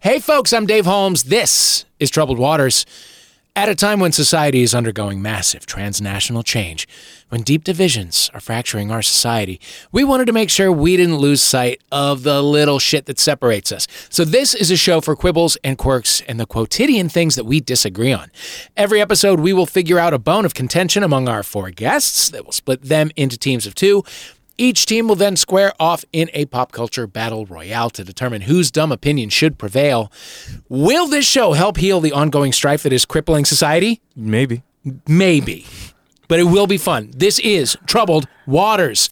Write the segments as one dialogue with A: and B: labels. A: Hey, folks, I'm Dave Holmes. This is Troubled Waters. At a time when society is undergoing massive transnational change, when deep divisions are fracturing our society, we wanted to make sure we didn't lose sight of the little shit that separates us. So, this is a show for quibbles and quirks and the quotidian things that we disagree on. Every episode, we will figure out a bone of contention among our four guests that will split them into teams of two. Each team will then square off in a pop culture battle royale to determine whose dumb opinion should prevail. Will this show help heal the ongoing strife that is crippling society?
B: Maybe.
A: Maybe. But it will be fun. This is Troubled Waters.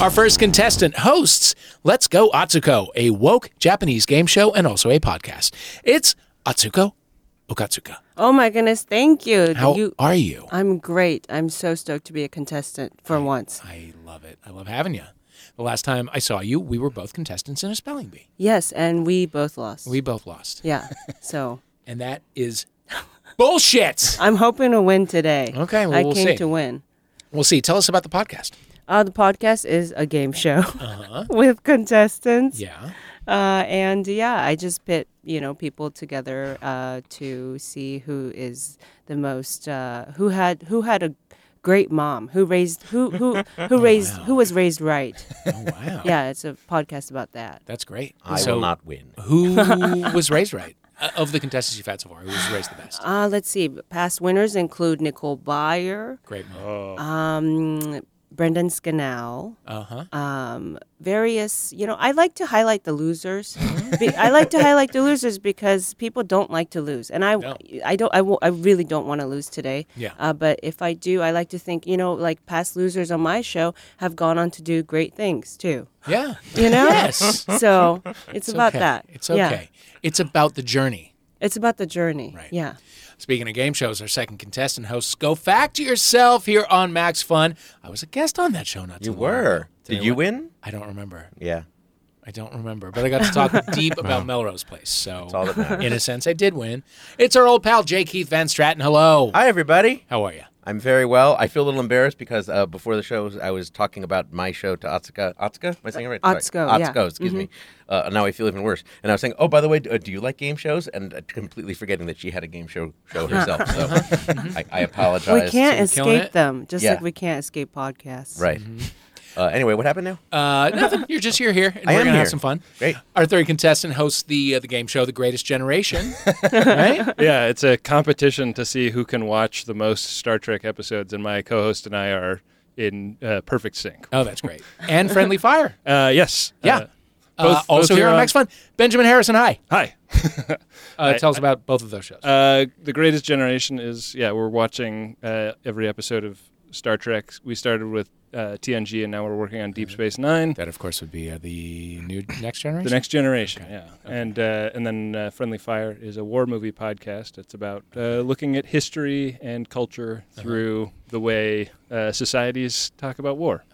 A: Our first contestant hosts Let's Go Atsuko, a woke Japanese game show and also a podcast. It's Atsuko Okatsuka.
C: Oh my goodness, thank you.
A: How
C: you
A: are you?
C: I'm great. I'm so stoked to be a contestant for once.
A: I love it. I love having you. The last time I saw you, we were both contestants in a spelling bee.
C: Yes, and we both lost.
A: We both lost.
C: yeah. So
A: And that is bullshit.
C: I'm hoping to win today.
A: Okay, well,
C: I
A: we'll
C: came
A: see.
C: to win.
A: We'll see. Tell us about the podcast.
C: Uh, the podcast is a game show with contestants.
A: Uh-huh. Yeah.
C: Uh, and yeah, I just pit you know people together uh, to see who is the most uh, who had who had a great mom who raised who who who raised who was raised right.
A: Oh, wow.
C: yeah, it's a podcast about that.
A: That's great.
D: I
A: so
D: will not win.
A: who was raised right? Uh, of the contestants you've had so far, who was raised the best?
C: Uh, let's see. Past winners include Nicole Byer,
A: Great mom.
C: um, Brendan Scannell,
A: Uh huh.
C: um, various. You know, I like to highlight the losers. Be- I like to highlight the losers because people don't like to lose, and I,
A: No.
C: I don't, I, wo- I really don't want to lose today.
A: Yeah.
C: Uh, but if I do, I like to think, you know, like past losers on my show have gone on to do great things too.
A: Yeah.
C: You know.
A: Yes.
C: So it's, about
A: okay.
C: that.
A: It's
C: Yeah.
A: okay. It's about the journey.
C: It's about the journey.
A: Right.
C: Yeah.
A: Speaking of game shows, our second contestant hosts go fact yourself here on Max Fun. I was a guest on that show not too
D: You
A: long
D: were.
A: ago.
D: Did you win?
A: I don't remember.
D: Yeah.
A: I don't remember, but I got to talk deep about Melrose Place. So,
D: all that matters.
A: in a sense, I did win. It's our old pal Jay Keith Van Stratton. Hello.
D: Hi, everybody.
A: How are you?
D: I'm very well. I feel a little embarrassed because uh, before the show, I was talking about my show to Atsuka. Atsuka? Am I saying it right? Sorry.
C: Atsuko, yeah.
D: Atsuko, excuse me. Uh, and now I feel even worse. And I was saying, oh, by the way, do, uh, do you like game shows? And uh, completely forgetting that she had a game show show herself. So I, I apologize.
C: We can't
A: So we're killing it?
C: escape them, just
D: Yeah.
C: like we can't escape podcasts.
D: Right. Uh, anyway, what happened now?
A: Uh, nothing. You're just here, here, and
D: I
A: we're
D: am
A: gonna have
D: here.
A: some fun.
D: Great.
A: Our third contestant hosts the uh, the game show, The Greatest Generation. right?
B: Yeah, it's a competition to see who can watch the most Star Trek episodes, and my co-host and I are in uh, perfect sync.
A: Oh, that's great. And Friendly Fire.
B: Uh, yes.
A: Yeah.
B: Uh,
A: Uh,
B: both-
A: also
B: both
A: here
B: are
A: on Max Fun, Benjamin Harrison. Hi.
B: Hi.
A: Uh, tell us about both of those shows.
B: Uh, the Greatest Generation is yeah, we're watching uh, every episode of Star Trek. We started with uh, TNG, and now we're working on Deep Space Nine.
A: that, of course, would be uh, the new Next Generation.
B: The Next Generation, yeah, and uh, and then uh, Friendly Fire is a war movie podcast. It's about uh, looking at history and culture through the way uh, societies talk about war.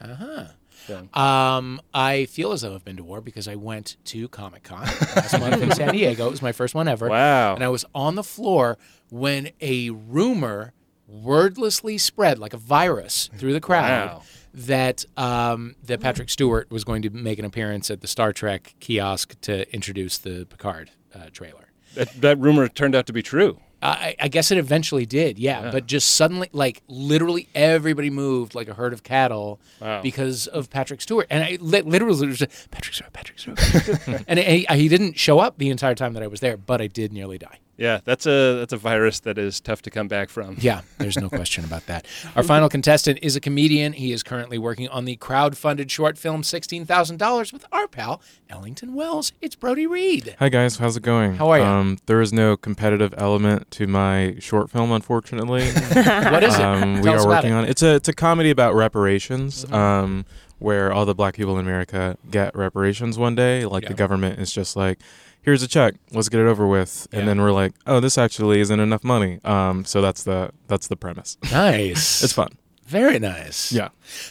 A: Um, I feel as though I've been to war because I went to Comic Con last month in San Diego. It was my first one ever.
B: Wow.
A: And I was on the floor when a rumor wordlessly spread like a virus through the crowd
B: Wow.
A: that um, that Patrick Stewart was going to make an appearance at the Star Trek kiosk to introduce the Picard uh, trailer.
B: That, that rumor turned out to be true.
A: I, I guess it eventually did, yeah, But just suddenly, like literally, everybody moved like a herd of cattle
B: Wow.
A: because of Patrick Stewart. And I li- literally was just, Patrick Stewart, Patrick Stewart, Patrick Stewart. and he, he didn't show up the entire time that I was there, but I did nearly die.
B: Yeah, that's a that's a virus that is tough to come back from.
A: Yeah, there's no question about that. Our final contestant is a comedian. He is currently working on the crowd-funded short film Sixteen Thousand Dollars with our pal Ellington Wells. It's Brody Reed.
E: Hi guys, how's it going?
A: How are ya?
E: Um, there is no competitive element to my short film, unfortunately.
A: What is it?
E: um, we
A: Tell us
E: are
A: about
E: working
A: it. Mm-hmm.
E: on it's a it's a comedy about reparations, um, where all the black people in America get reparations one day. Like
A: Yeah.
E: the government is just like, here's a check, let's get it over with,
A: Yeah.
E: and then we're like, oh, this actually isn't enough money. Um, so that's the that's the premise.
A: Nice.
E: It's fun.
A: Very nice.
E: Yeah.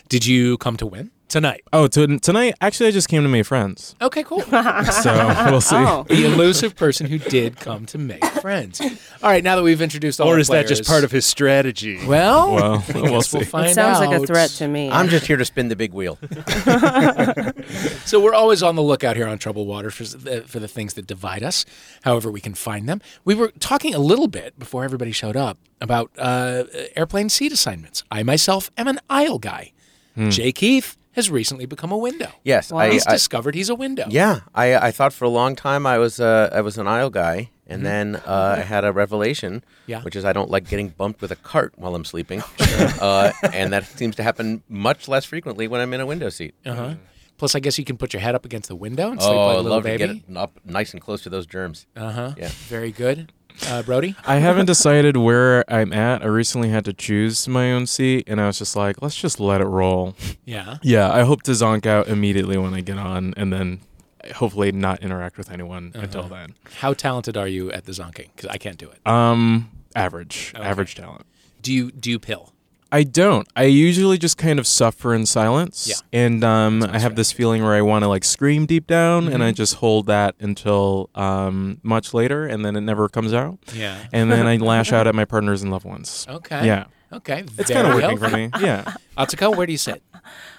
A: Did you come to win tonight?
E: Oh, to, tonight actually I just came to make friends,
A: Okay, cool.
E: so we'll see.
C: Oh,
A: the elusive person who did come to make friends. All right, now that we've introduced all
B: Or
A: the
B: is that just
A: players-
B: part of his strategy?
A: Well,
E: Well, we'll
A: guess we'll
E: see.
A: find
C: sounds like a
A: out.
C: threat to me.
D: I'm just here to spin the big wheel.
A: So we're always on the lookout here on Troubled Water for the, for the things that divide us, however we can find them. We were talking a little bit before everybody showed up about uh, airplane seat assignments. I myself am an aisle guy. Jay Keith has recently become a window.
D: Yes,
C: Wow.
D: I,
A: He's
D: I
A: discovered he's a window.
D: yeah, I, I thought for a long time I was uh, I was an aisle guy, and then uh, I had a revelation,
A: Mm-hmm. Yeah.
D: which is I don't like getting bumped with a cart while I'm sleeping, uh, and that seems to happen much less frequently when I'm in a window seat.
A: Uh-huh. Plus, I guess you can put your head up against the window and sleep like
D: oh, I
A: a little
D: love to
A: baby.
D: get it up nice and close to those germs.
A: Uh huh.
D: Yeah.
A: Very good. Uh, Brody?
E: I haven't decided where I'm at. I recently had to choose my own seat, and I was just like, let's just let it roll.
A: Yeah.
E: Yeah, I hope to zonk out immediately when I get on, and then hopefully not interact with anyone
A: Uh-huh.
E: until then.
A: How talented are you at the zonking? Because I can't do it.
E: Um, average, average talent.
A: Do you do you pill?
E: I don't. I usually just kind of suffer in silence,
A: Yeah.
E: and um, I have this feeling where I want to like scream deep down, and I
A: Mm-hmm.
E: just hold that until um much later, and then it never comes out,
A: Yeah. Oh,
E: and then I lash out at my partners and loved ones.
A: Okay.
E: Yeah,
A: Okay.
E: it's kind of working for me. Yeah.
A: Atsuko, where do you sit?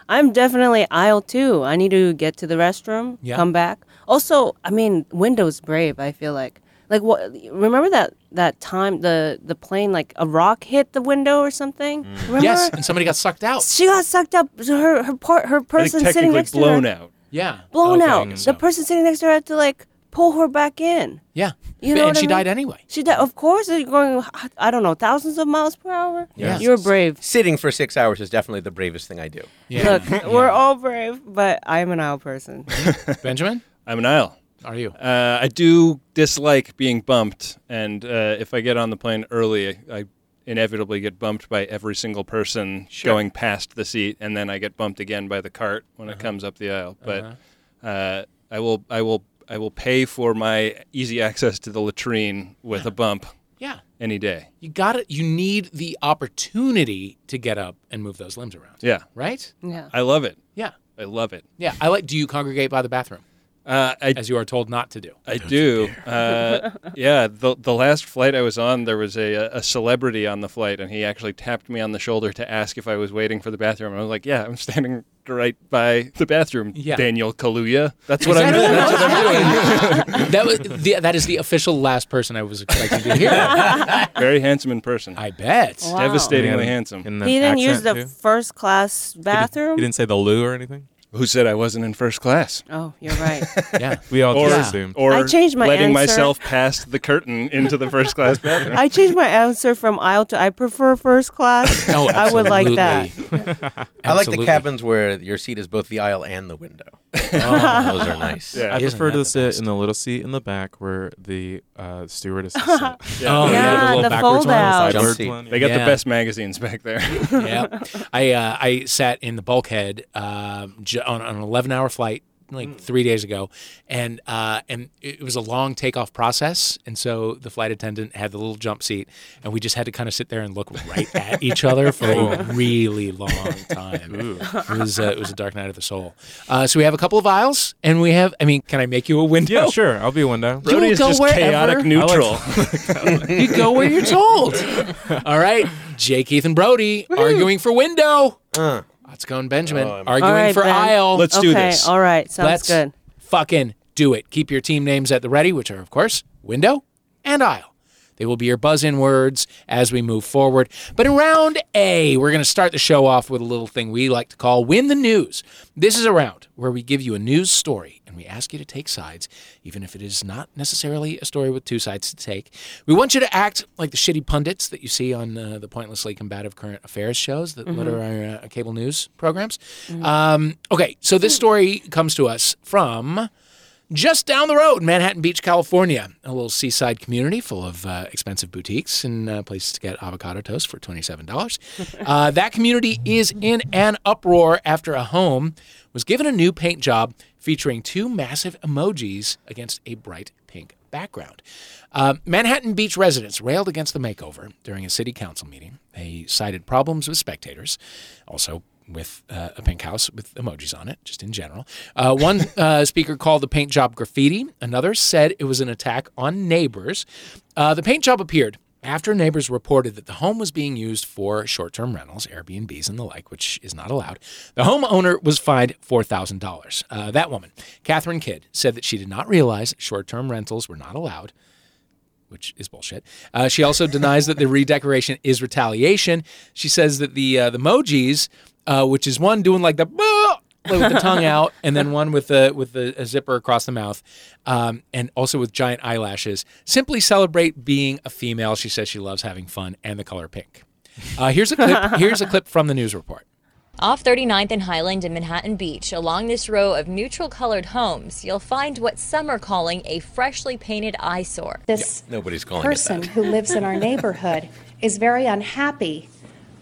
C: I'm definitely aisle two. I need to get to the restroom,
A: Yeah.
C: come back. Also, I mean, Windows brave. I feel like, like what? Remember that that time the the plane like a rock hit the window or something. Remember?
A: Yes, and somebody got sucked out.
C: She got sucked up. Her her part her
B: I think
C: person sitting
B: technically
C: next to
B: blown
C: her
B: out.
A: Yeah.
C: blown
A: Okay, I
C: out.
A: guess
C: The
A: so.
C: person sitting next to her had to like pull her back in.
A: Yeah.
C: You know
A: and
C: what I
A: she
C: mean?
A: died anyway.
C: She did, of course, you're going. I don't know, thousands of miles per hour.
A: Yes.
C: you're brave.
D: Sitting for six hours is definitely the bravest thing I do.
A: Yeah.
C: Look, we're all brave, but I'm an owl person.
A: Benjamin,
B: I'm an aisle.
A: are you?
B: Uh, I do dislike being bumped, and uh, if I get on the plane early, I inevitably get bumped by every single person going past the seat, and then I get bumped again by the cart when it comes up the aisle. But uh I will, I will, I will pay for my easy access to the latrine with a bump
A: Yeah.
B: any day.
A: You got it. You need the opportunity to get up and move those limbs around.
B: Yeah,
A: Right?
C: Yeah.
B: I love it.
A: Yeah.
B: I love it.
A: Yeah. I like do you congregate by the bathroom
B: Uh, I
A: as you are told not to do?
B: I do. Uh, yeah, the the last flight I was on, there was a a celebrity on the flight, and he actually tapped me on the shoulder to ask if I was waiting for the bathroom. And I was like, "Yeah, I'm standing right by the bathroom."
A: Yeah.
B: Daniel Kaluuya. That's what
A: Is
B: I'm.
A: that
B: That's what I'm doing.
A: doing. that was the, that is the official last person I was expecting to hear.
B: Very handsome in person.
A: I bet.
C: Wow.
B: Devastatingly
E: And-
B: handsome.
E: and
C: He
E: that
C: didn't use the
E: accent, too.
C: first class
E: He
C: bathroom.
E: didn't say the loo or anything.
B: Who said I wasn't in first class?
C: Oh, you're right.
A: Yeah.
E: We all
B: Or,
E: just assumed.
B: or
C: I changed my
B: letting
C: answer.
B: myself past the curtain into the first class bathroom.
C: I changed my answer from aisle to I prefer first class.
E: Oh,
A: No,
C: I would like that.
D: I like the
A: Oh, Absolutely.
D: cabins where your seat is both the aisle and the window.
A: Oh.
D: those are nice.
B: Yeah.
E: I
A: Isn't
E: prefer
A: that
E: to
A: the
E: sit
A: best?
E: in the little seat in the back where the uh, stewardess is. sitting.
A: Oh,
C: Yeah,
A: yeah, the,
C: the
A: little backwards one.
C: fold-out.
E: Sideboard
D: seat.
E: one,
B: They got
A: Yeah.
B: the best magazines back there.
A: yeah, I uh, I sat in the bulkhead um, j- on, on an eleven hour flight like three days ago, and uh, and it was a long takeoff process, and so the flight attendant had the little jump seat, and we just had to kind of sit there and look right at each other for a really long time. It was uh, it was a dark night of the soul. Uh, so we have a couple of aisles, and we have I mean, can I make you a window?
E: yeah, sure. I'll be one down.
A: You
B: Brody
A: will
B: is
A: go
B: just
A: wherever.
B: chaotic neutral.
A: You go where you're told. All right, Jake, Keith, and Brody arguing for window.
D: Uh.
A: Atsuko and Benjamin
D: Oh, I'm-
A: arguing
C: All right,
A: for
C: Ben.
A: aisle.
B: Let's
C: okay,
B: do this.
C: all right. Sounds
A: Let's
C: good.
A: fucking do it. Keep your team names at the ready, which are, of course, window and aisle. They will be your buzz in words as we move forward. But in round A, we're going to start the show off with a little thing we like to call Win the News. This is a round where we give you a news story and we ask you to take sides, even if it is not necessarily a story with two sides to take. We want you to act like the shitty pundits that you see on uh, the pointlessly combative current affairs shows that litter our uh, cable news programs. Um, okay, so this story comes to us from just down the road in Manhattan Beach, California, a little seaside community full of uh, expensive boutiques and uh, places to get avocado toast for $27. uh, that community is in an uproar after a home was given a new paint job featuring two massive emojis against a bright pink background. Uh, Manhattan Beach residents railed against the makeover during a city council meeting. They cited problems with spectators, also with uh, a pink house with emojis on it, just in general. Uh, one uh, speaker called the paint job graffiti. Another said it was an attack on neighbors. Uh, the paint job appeared after neighbors reported that the home was being used for short term rentals, Airbnbs, and the like, which is not allowed, the homeowner was fined $4,000. Uh, that woman, Catherine Kidd, said that she did not realize short term rentals were not allowed which is bullshit. Uh, she also denies that the redecoration is retaliation. She says that the uh, the emojis, uh, which is one doing like the "Bah!" like with the tongue out, and then one with the with the, a zipper across the mouth, um, and also with giant eyelashes, simply celebrate being a female. She says she loves having fun and the color pink. Uh, here's a clip. Here's a clip from the news report.
F: Off 39th and Highland in Manhattan Beach, along this row of neutral colored homes, you'll find what some are calling a freshly painted eyesore.
G: this
D: Nobody's calling it
G: person
D: that.
G: who lives in our neighborhood is very unhappy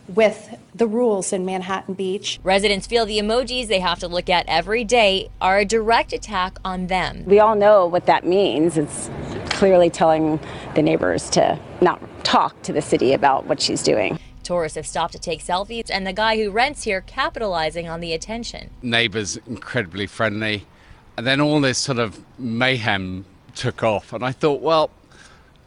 G: with the rules in Manhattan Beach.
F: Residents feel the emojis they have to look at every day are a direct attack on them.
H: We all know what that means. It's clearly telling the neighbors to not talk to the city about what she's doing.
F: Tourists have stopped to take selfies, and the guy who rents here capitalizing on the attention.
I: neighbours incredibly friendly. And then all this sort of mayhem took off. And I thought, well,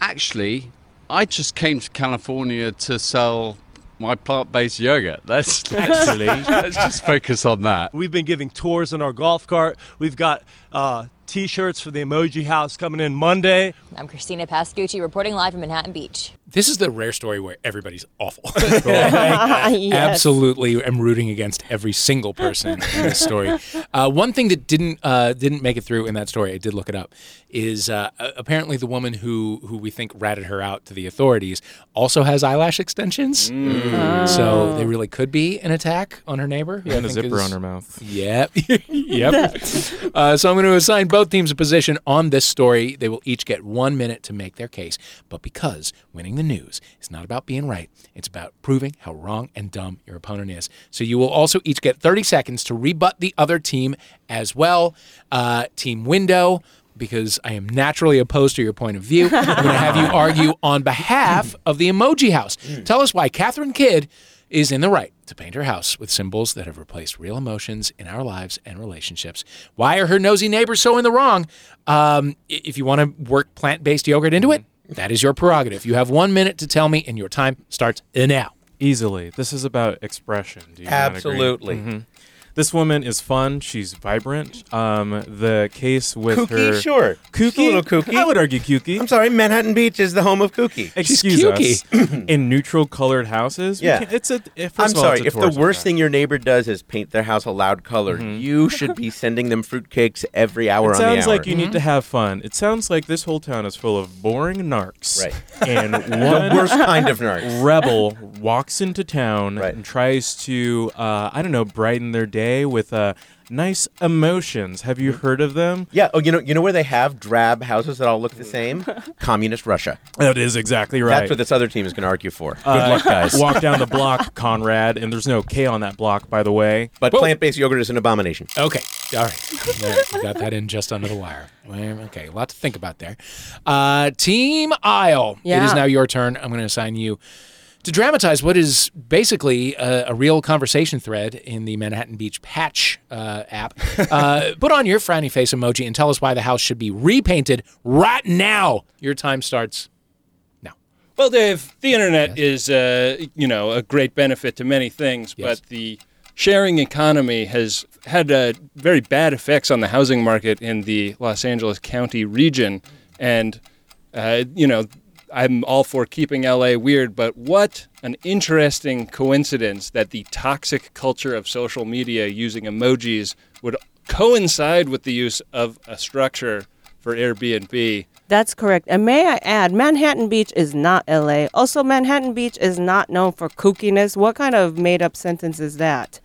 I: actually, I just came to California to sell my plant based yogurt. Let's, let's, let's just focus on that.
J: We've been giving tours in our golf cart. We've got uh, t shirts for the Emoji House coming in Monday.
F: I'm Christina Pascucci reporting live from Manhattan Beach.
A: This is the rare story where everybody's awful.
C: yes.
A: absolutely am rooting against every single person in this story. Uh, one thing that didn't uh, didn't make it through in that story, I did look it up, is uh, a- apparently the woman who who we think ratted her out to the authorities also has eyelash extensions, so they really could be an attack on her neighbor. who I
E: Mm. Ah. and a
A: think
E: zipper
A: is-
E: on her mouth.
A: Yep. yep. Uh, so I'm going to assign both teams a position on this story. They will each get one minute to make their case. But because winning the news is not about being right, it's about proving how wrong and dumb your opponent is. So you will also each get 30 seconds to rebut the other team as well. Uh, team Window. Because I am naturally opposed to your point of view, I'm going to have you argue on behalf of the Emoji House. Tell us why Catherine Kidd is in the right to paint her house with symbols that have replaced real emotions in our lives and relationships. Why are her nosy neighbors so in the wrong? Um, i- if you want to work plant based yogurt into it, that is your prerogative. You have one minute to tell me, and your time starts now.
E: Easily. This is about expression. Do you not agree?
D: Absolutely.
A: Mm-hmm.
E: This woman is fun. She's vibrant. Um, the case with
D: Kooky,
E: her.
D: sure. She's a
E: Kooky?
D: little kooky.
E: I would argue kooky.
D: I'm sorry, Manhattan Beach is the home of kooky.
E: Excuse us. in neutral colored houses? We
D: Yeah.
E: can't- It's a. eh, first
D: I'm
E: of all,
D: sorry.
E: it's a
D: If the
E: tourism
D: worst
E: trap.
D: thing your neighbor does is paint their house a loud color,
E: Mm-hmm.
D: you should be sending them fruitcakes every hour
E: It
D: on the hour.
E: sounds like you need to have fun. It sounds like this whole town is full of boring narcs.
D: Right.
E: And
D: the
E: one
D: worst kind of narc.
E: rebel walks into town
D: Right.
E: and tries to, uh, I don't know, brighten their day with uh, nice emotions. Have you
D: Mm-hmm.
E: heard of them?
D: Yeah. Oh, you know, you know where they have drab houses that all look the same? Communist Russia.
E: That is exactly right.
D: That's what this other team is going to argue for. Good
E: Uh,
D: luck, guys.
E: Walk down the block, Conrad, and there's no K on that block, by the way.
D: But plant-based yogurt is an abomination.
A: Okay. All right. There, we got that in just under the wire. Well, Okay. A lot to think about there. Uh, Team Isle. It is
C: Yeah.
A: now your turn. I'm going to assign you to dramatize what is basically a, a real conversation thread in the Manhattan Beach Patch uh, app. Uh, put on your frowny face emoji and tell us why the house should be repainted right now. Your time starts.
B: Well, Dave, the internet is, uh, you know, a great benefit to many things,
A: Yes.
B: but the sharing economy has had uh, very bad effects on the housing market in the Los Angeles County region, and uh, you know, I'm all for keeping LA weird, but what an interesting coincidence that the toxic culture of social media using emojis would coincide with the use of a structure for Airbnb.
C: That's correct. And may I add, Manhattan Beach is not LA. Also, Manhattan Beach is not known for kookiness. What kind of made up sentence is that?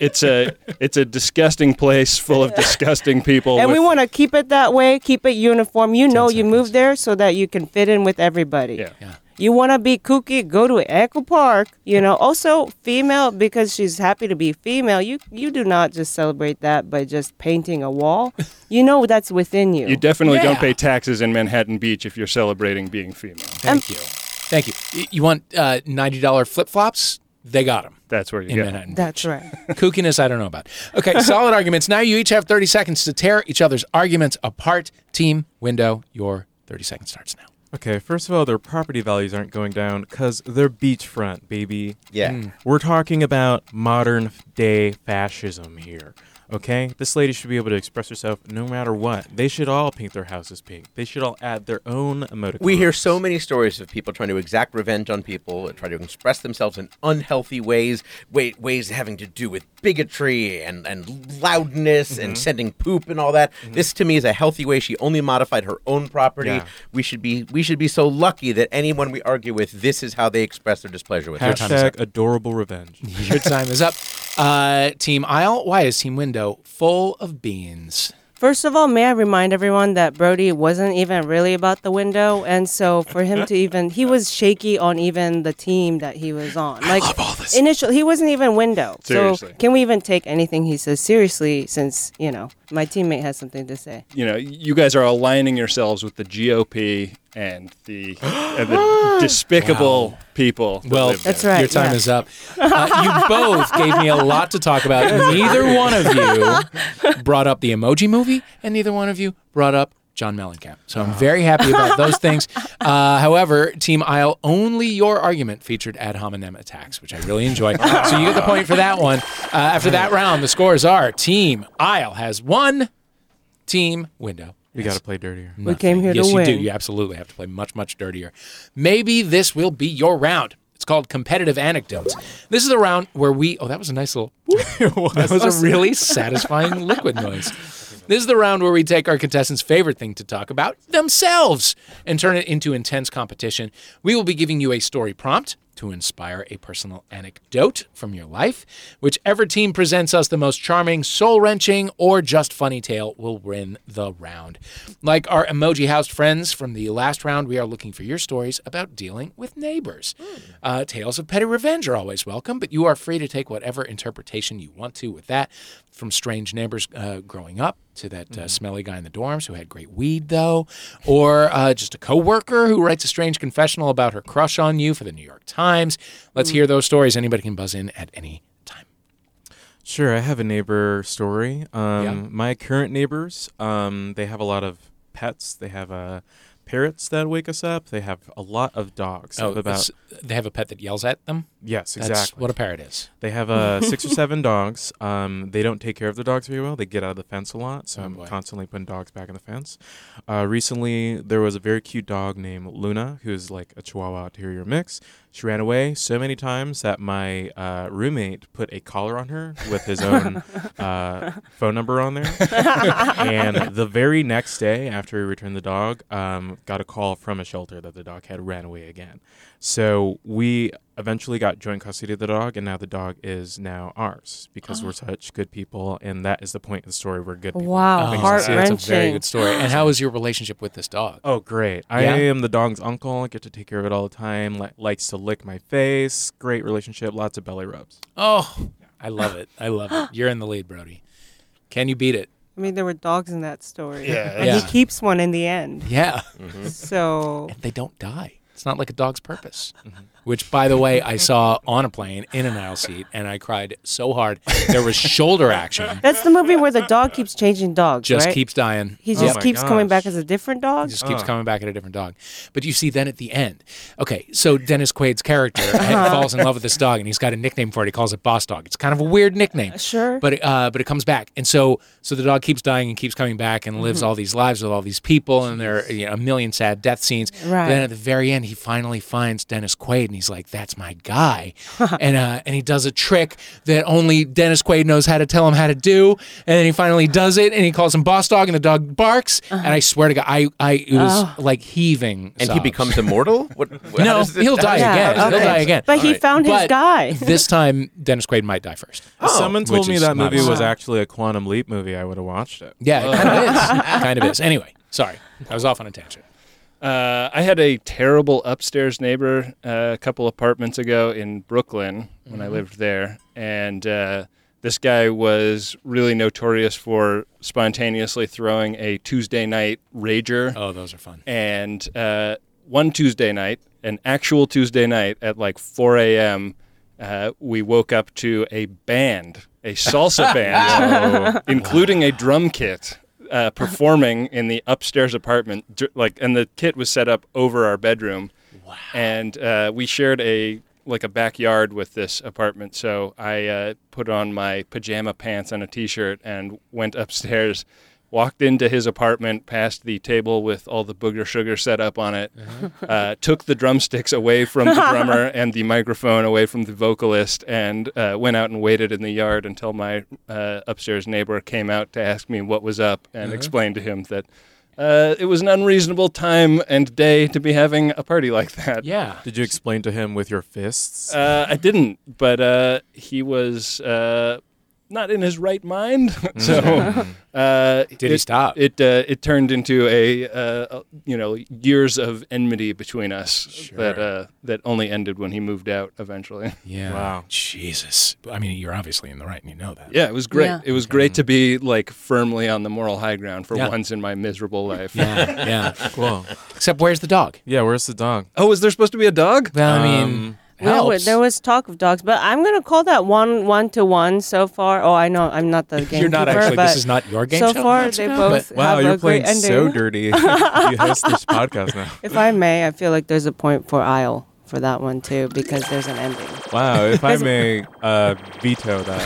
B: it's a it's a disgusting place full of disgusting people.
C: and
B: with-
C: we want to keep it that way, keep it uniform. You know, you move there so that you can fit in with everybody. Yeah. You want to be kooky, go to Echo Park. You know, also female because she's happy to be female. You you do not just celebrate that by just painting a wall. You know that's within you.
B: you definitely don't
C: Yeah.
B: pay taxes in Manhattan Beach if you're celebrating being female.
A: Thank you. Thank you. Y- You want uh, $90 flip flops? They got them.
B: That's where you
A: in
B: get 'em.
A: Manhattan.
C: That's right.
A: Kookiness, I don't know about. Okay, solid arguments. Now you each have 30 seconds to tear each other's arguments apart. Team window, your 30 seconds starts now.
E: Okay, first of all, their property values aren't going down because they're beachfront, baby.
A: Yeah. Mm.
E: We're talking about modern day fascism here. Okay? This lady should be able to express herself no matter what. They should all paint their houses pink. They should all add their own emoticons.
D: We hear so many stories of people trying to exact revenge on people and try to express themselves in unhealthy ways, way, ways having to do with bigotry and, and loudness and
A: Mm-hmm.
E: Mhm.
D: sending poop and all that. This to me is a healthy way. She only modified her own property.
E: Yeah.
D: We should be we should be so lucky that anyone we argue with, this is how they express their displeasure with. us.
E: Hashtag adorable revenge.
A: Your time is up. Uh, team aisle, why is team window full of beans?
C: First of all, may I remind everyone that Brody wasn't even really about the window, and so for him to even he was shaky on even the team that he was on. Like initially, he wasn't even window.
B: Seriously.
C: So can we even take anything he says seriously? Since you know my teammate has something to say.
B: you know, you guys are aligning yourselves with the GOP and the, and the despicable people. that
A: Well,
B: live there.
A: That's right, your time yeah. is up. Uh, you both gave me a lot to talk about. Neither one of you brought up the emoji movie, and neither one of you brought up John Mellencamp. So I'm very happy about those things. Uh, however, Team Isle, only your argument featured ad hominem attacks, which I really enjoy. so you get the point for that one. Uh, after that round, the scores are Team Isle has one, Team Window.
E: We got to play dirtier.
C: We came here to
A: yes, you do.
C: win.
A: You absolutely have to play much, much dirtier. Maybe this will be your round. It's called competitive anecdotes. This is the round where we. Oh, that was a nice little. that was a really satisfying liquid noise. This is the round where we take our contestants' favorite thing to talk about themselves and turn it into intense competition. We will be giving you a story prompt to inspire a personal anecdote from your life. Whichever team presents us the most charming, soul wrenching, or just funny tale will win the round. Like our emoji housed friends from the last round, we are looking for your stories about dealing with neighbors. Uh, tales of petty revenge are always welcome, but you are free to take whatever interpretation you want to with that, from strange neighbors uh, growing up to that uh, smelly guy in the dorms who had great weed, though, or uh, just a coworker who writes a strange confessional about her crush on you for the New York Times. Let's hear those stories. Anybody can buzz in at any.
E: Sure, I have a neighbor story. Um,
A: Yeah.
E: My current neighbors, um, they have a lot of pets. They have uh, parrots that wake us up. They have a lot of dogs.
A: Oh,
E: They have about
A: it's- they have a pet that yells at them.
E: Yes,
A: That's
E: exactly.
A: what a parrot is.
E: They have uh, six or seven dogs. Um, they don't take care of their dogs very well. They get out of the fence a lot, so
A: Oh,
E: I'm
A: boy.
E: constantly putting dogs back in the fence. Uh, recently, there was a very cute dog named Luna, who is like a Chihuahua Terrier mix. She ran away so many times that my uh, roommate put a collar on her with his own uh, phone number on there. and the very next day, after we returned the dog, um, got a call from a shelter that the dog had ran away again. So we eventually got joint custody of the dog, and now the dog is now ours because we're such good people, and that is the point of the story. We're good people.
C: Wow,
E: Things like
A: That's
E: that.
A: a very good story. And how is your relationship with this dog?
E: Oh, great! I am the dog's uncle. I get to take care of it all the time. Li- likes to lick my face. Great relationship. Lots of belly rubs.
A: Oh, I love it. I love it. You're in the lead, Brody. Can you beat it?
C: I mean, there were dogs in that story.
A: Yeah,
C: and
A: that's-
C: he keeps one in the end.
A: Yeah.
C: So
A: They don't die. It's not like a dog's purpose. Mm-hmm. Which, by the way, I saw on a plane in an aisle seat, and I cried so hard. There was shoulder action.
C: that's the movie where the dog keeps changing dogs.
A: Just
C: right?
A: keeps dying.
C: He
A: Oh
C: just
A: my
C: keeps coming back as a different dog.
A: It just keeps coming back at a different dog. But you see, then at the end, okay, so Dennis Quaid's character
C: Uh-huh.
A: falls in love with this dog, and he's got a nickname for it. He calls it Boss Dog. It's kind of a weird nickname,
C: Sure.
A: but it, uh, but it comes back, and so so the dog keeps dying and keeps
C: Mm-hmm.
A: coming back and lives all these lives with all these people, and there are you know, a million sad death scenes. But
C: Right.
A: then at the very end, and he finally finds Dennis Quaid, and he's like, "That's my guy," and uh, and he does a trick that only Dennis Quaid knows how to tell him how to do, and then he finally does it, and he calls him boss dog, and the dog barks, and I swear to God, I I it was
C: Uh-huh. Oh.
A: like heaving,
D: And he
A: sobs.
D: becomes immortal? What, how
A: no,
D: does this-
A: he'll
D: how
A: die
D: does- how
A: again.
D: does
A: He'll
D: this-
A: die again.
C: But he
D: Alright.
C: found his
A: But
C: guy.
A: this time, Dennis Quaid might die first.
E: If Someone told
A: Oh. which
E: me
A: is
E: that
A: not
E: movie was
A: awesome.
E: actually a Quantum Leap movie. I would have watched it.
A: Yeah, it kind of is. kind of is. Anyway, sorry, I was off on a tangent.
B: Uh, I had a terrible upstairs neighbor uh, a couple apartments ago in Brooklyn when
A: Mm-hmm.
B: I lived there, and uh, this guy was really notorious for spontaneously throwing a Tuesday night rager.
A: Oh, those are fun.
B: And uh, one Tuesday night, an actual Tuesday night at like 4 a.m., uh, we woke up to a band, a salsa band, including a drum kit. Uh, performing in the upstairs apartment, dr- like, and the kit was set up over our bedroom, wow. and uh, we shared a like a backyard with this apartment. So I uh, put on my pajama pants and a t-shirt and went upstairs walked into his apartment, past the table with all the booger sugar set up on it, uh, took the drumsticks away from the drummer and the microphone away from the vocalist, and uh, went out and waited in the yard until my uh, upstairs neighbor came out to ask me what was up and explained to him that. Uh, it was an unreasonable time and day to be having a party like that.
A: Yeah.
E: Did you explain to him with your fists?
B: Uh, I didn't, but uh, he was uh, not in his right mind. so uh,
A: Mm-hmm. Did he
B: it-
A: stop?
B: It uh, it turned into a uh, you know years of enmity between us that uh, that only ended when he moved out eventually.
A: Yeah.
E: Wow.
A: Jesus. I mean, you're obviously in the right, and you know that.
B: Yeah, it was great.
C: Yeah.
B: It was great to be like firmly on the moral high ground for
A: Mm-hmm. Yeah.
B: once in my miserable life.
A: Yeah. yeah.
E: Cool.
A: Except, where's the dog?
E: Yeah, where's the dog?
B: Oh, is there supposed to be a dog?
A: Well, I
E: Um,
A: mean,
C: Well,
A: helps.
C: there was talk of dogs, but I'm gonna call that one one to one so far. Oh, I know I'm not the gamekeeper.
A: you're not actually.
C: But
A: This is not your game
C: so
A: show.
C: far, they both
E: wow,
C: have
E: you're
C: a great
E: playing
C: ending.
E: so dirty. you host this podcast now.
C: if I may, I feel like there's a point for Isle for that one too because there's an ending.
E: Wow, if I may uh, veto that.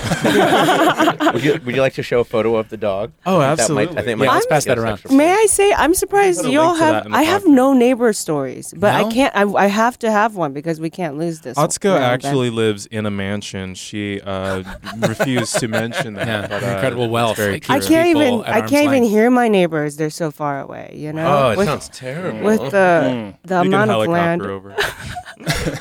D: Would you, would you like to show a photo of the dog? That
E: Oh,
D: might-
E: absolutely.
D: I think it
E: Yeah,
D: might
A: let's pass that
D: give us
A: around.
D: extra
C: May
D: points.
C: I say I'm surprised
E: Put a
C: y'all
E: link to that
C: have
E: in the
C: I have
E: podcast.
C: no neighbor stories, but
A: No?
C: I can't I, I have to have one because we can't lose this.
E: Otsko
C: round.
E: actually lives in a mansion. She uh, refused to mention that.
A: Yeah,
E: but, uh,
A: incredible
E: it's
A: wealth.
E: very
A: Like,
E: cute.
C: I
A: Hear
C: can't
A: people
C: even
A: at
C: I
A: arm's
C: can't even
A: length.
C: hear my neighbors. They're so far away, you know.
D: Oh, it
C: with,
D: sounds terrible.
C: with the the
E: You can
C: amount of
E: Hmm. helicopter
C: land
E: over.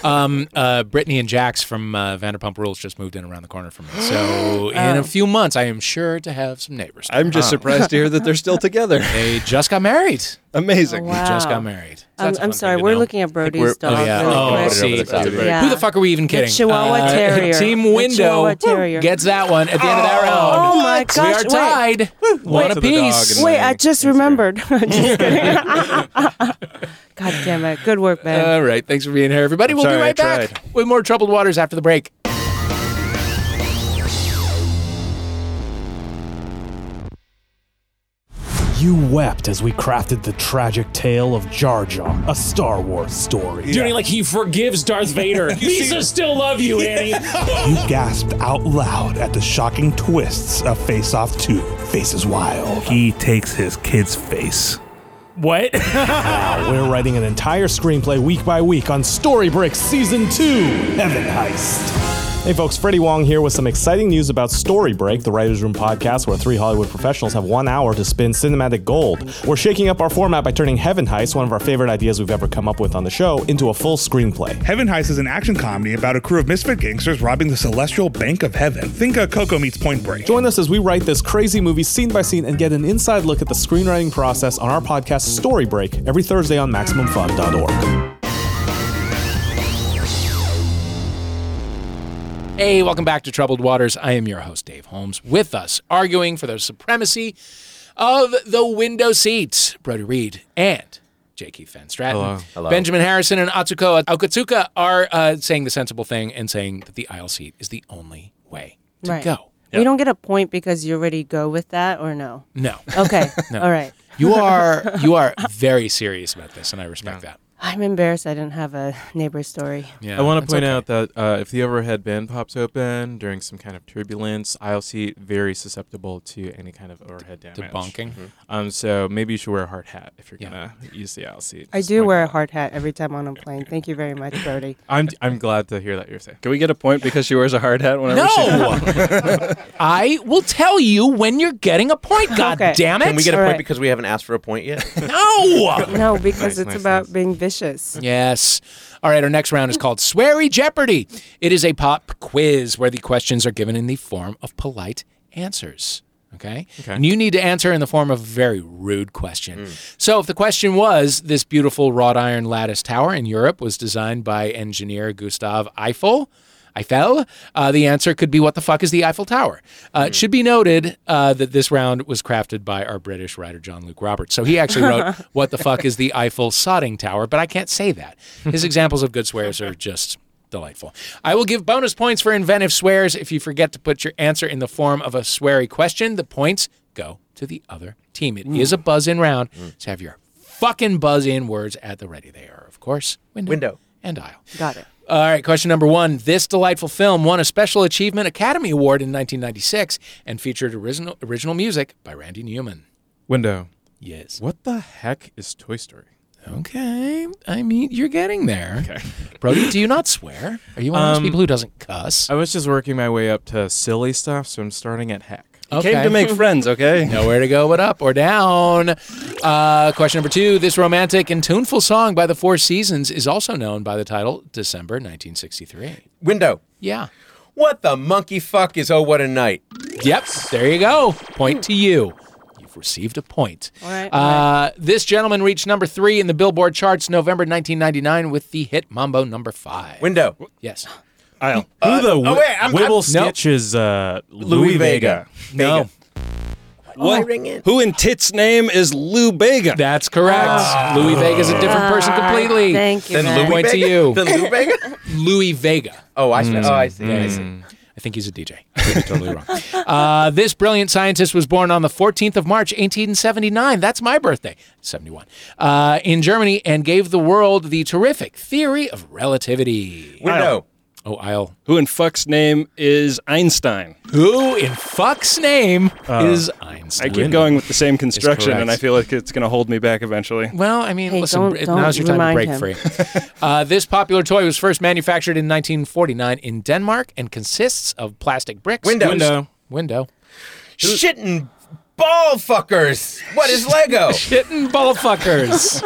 A: Um, uh, Brittany and Jax from uh, Vanderpump Rules just moved in around the corner from me. So
C: Oh.
A: in a few months, I am sure to have some neighbors.
B: I'm just surprised to hear that they're still together.
A: they just got married.
B: Amazing.
C: Oh, Wow.
A: Just got married. So
C: I'm,
A: that's a
C: I'm
A: fun
C: sorry,
A: thing to
C: we're
A: know.
C: looking at Brody's
D: we're-
C: dog.
A: Oh yeah.
C: really
A: Oh,
D: put
A: I
C: quick.
D: it over
A: see.
D: the top.
C: Yeah.
A: Who the fuck are we even kidding? Uh,
C: Chihuahua terrier.
A: Team
C: The
A: Window
C: Chihuahua terrier.
A: gets that one at the end of that round.
C: Oh my
A: we are
C: gosh!
A: tied. One
E: Wait. To the dog
A: apiece.
E: and
C: Wait, wait!
E: my
C: I just
E: answer.
C: remembered. Just kidding. God damn it! Good work, man.
A: All right. Thanks for being here, everybody. we'll
B: sorry
A: be
B: I
A: right back
B: tried.
A: with more Troubled Waters after the break.
K: You wept as we crafted the tragic tale of Jar Jar, a Star Wars story.
L: Doing like he forgives Darth Vader. Lisa still love you, Annie.
K: You gasped out loud at the shocking twists of Face Off 2, Faces Wild. He takes his kid's face.
L: what?
K: Now we're writing an entire screenplay week by week on Story Brick Season 2, Heaven Heist. Hey folks, Freddie Wong here with some exciting news about Story Break, the Writers Room podcast where three Hollywood professionals have one hour to spin cinematic gold. We're shaking up our format by turning Heaven Heist, one of our favorite ideas we've ever come up with on the show, into a full screenplay.
L: Heaven Heist is an action comedy about a crew of misfit gangsters robbing the celestial bank of heaven. Think of Coco meets Point Break.
K: Join us as we write this crazy movie scene by scene and get an inside look at the screenwriting process on our podcast Story Break every Thursday on MaximumFun.org.
A: Hey, welcome back to Troubled Waters. I am your host, Dave Holmes. With us, arguing for the supremacy of the window seats, Brody Reed and J.K. Van Stratton.
E: Hello.
A: Benjamin Harrison and Atsuko Okatsuka are uh, saying the sensible thing and saying that the aisle seat is the only way to
C: Right.
A: go.
C: We don't get a point because you already go with that, or no?
A: No.
C: Okay. All right.
A: You are you are very serious about this, and I respect that.
C: I'm embarrassed. I didn't have a neighbor story.
E: I want to point out that uh, if the overhead bin pops open during some kind of turbulence, aisle seat very susceptible to any kind of overhead damage.
A: debonking. Mhm.
E: Um, so maybe you should wear a hard hat if you're gonna use the aisle seat.
C: I do wear a hard hat every time on a plane. Thank you very much, Brody.
E: I'm I'm glad to hear that you're safe.
B: Can we get a point because she wears a hard hat whenever she
A: No! I will tell you when you're getting a point, god damn it.
D: Can we get a point because we haven't asked for a point yet?
A: No!
C: No,
A: Nice,
C: because it's
A: nice,
C: about being vicious.
A: Yes. All right, our next round is called Sweary Jeopardy. It is a pop quiz where the questions are given in the form of polite answers. Okay?
E: Okay.
A: And you need to answer in the form of a very rude question.
D: Mm.
A: So, if the question was this beautiful wrought iron lattice tower in Europe was designed by engineer Gustave Eiffel, Eiffel, uh, the answer could be what the fuck is the Eiffel Tower? Uh, It should be noted uh, that this round was crafted by our British writer, John Luke Roberts. So he actually wrote, What the fuck is the Eiffel Sodding Tower? But I can't say that. His examples of good swears are just delightful. I will give bonus points for inventive swears. If you forget to put your answer in the form of a sweary question, the points go to the other team. It is
D: Mm.
A: a buzz in round. So have your fucking buzz in words at the ready. They are, of course, window,
D: Window.
A: and aisle.
C: Got it.
A: All right, question number one. This delightful film won a Special Achievement Academy Award in 1996 and featured original, original music by Randy Newman.
E: Window.
A: Yes.
E: What the heck is Toy Story?
A: Okay, I mean, you're getting there. Okay. Brody, do you not swear? Are you one of
E: Um,
A: those people who doesn't cuss?
E: I was just working my way up to silly stuff, so I'm starting at heck.
A: You came Okay. to make
B: friends, okay?
A: Nowhere to go but up or down. Uh, question number two. This romantic and tuneful song by the Four Seasons is also known by the title December 1963.
D: Window.
A: Yeah.
D: What the monkey fuck is Oh What a Night?
A: Yep, there you go. Point to you. You've received a point.
C: All right.
A: Uh, this gentleman reached number three in the Billboard charts November 1999 with the hit Mambo number five.
D: Window.
A: Yes.
B: Aisle.
E: Who the wi-
D: oh, wait, I'm-
E: Wibble
D: I'm-
E: Snitch is uh, Louis, Vega.
A: No.
B: What? Who in tit's name is Lou Bega?
A: That's correct. Louis Vega's a different person completely.
C: Ah. thank you,
A: Then
C: Then
A: Louis
C: Louis
A: point to
D: Vega?
A: you.
D: Then Lou Vega?
A: Louis Vega.
D: Oh, I see. Oh, I see.
A: Yeah,
D: I
A: I
D: see.
A: see. I think he's a DJ. I could be totally wrong. Uh, this brilliant scientist was born on the 14th of March, 1879. That's my birthday, 71, uh, in Germany, and gave the world the terrific theory of relativity.
D: Window.
A: Oh, I'll.
B: Who in fuck's name is Einstein?
A: Who in fuck's name is
B: Oh. I
A: Einstein?
B: keep going with the same construction,
A: correct.
B: and I feel like it's going to hold me back eventually.
A: Well, I mean,
C: Hey,
A: listen,
C: don't-
A: it-
C: don't
A: now's your time to
C: remind
A: break
C: him.
A: free. uh, this popular toy was first manufactured in 1949 in Denmark and consists of plastic bricks.
D: Windows.
E: Window.
A: Window.
D: Shitting ball fuckers. What is Lego?
A: Shitting ball fuckers.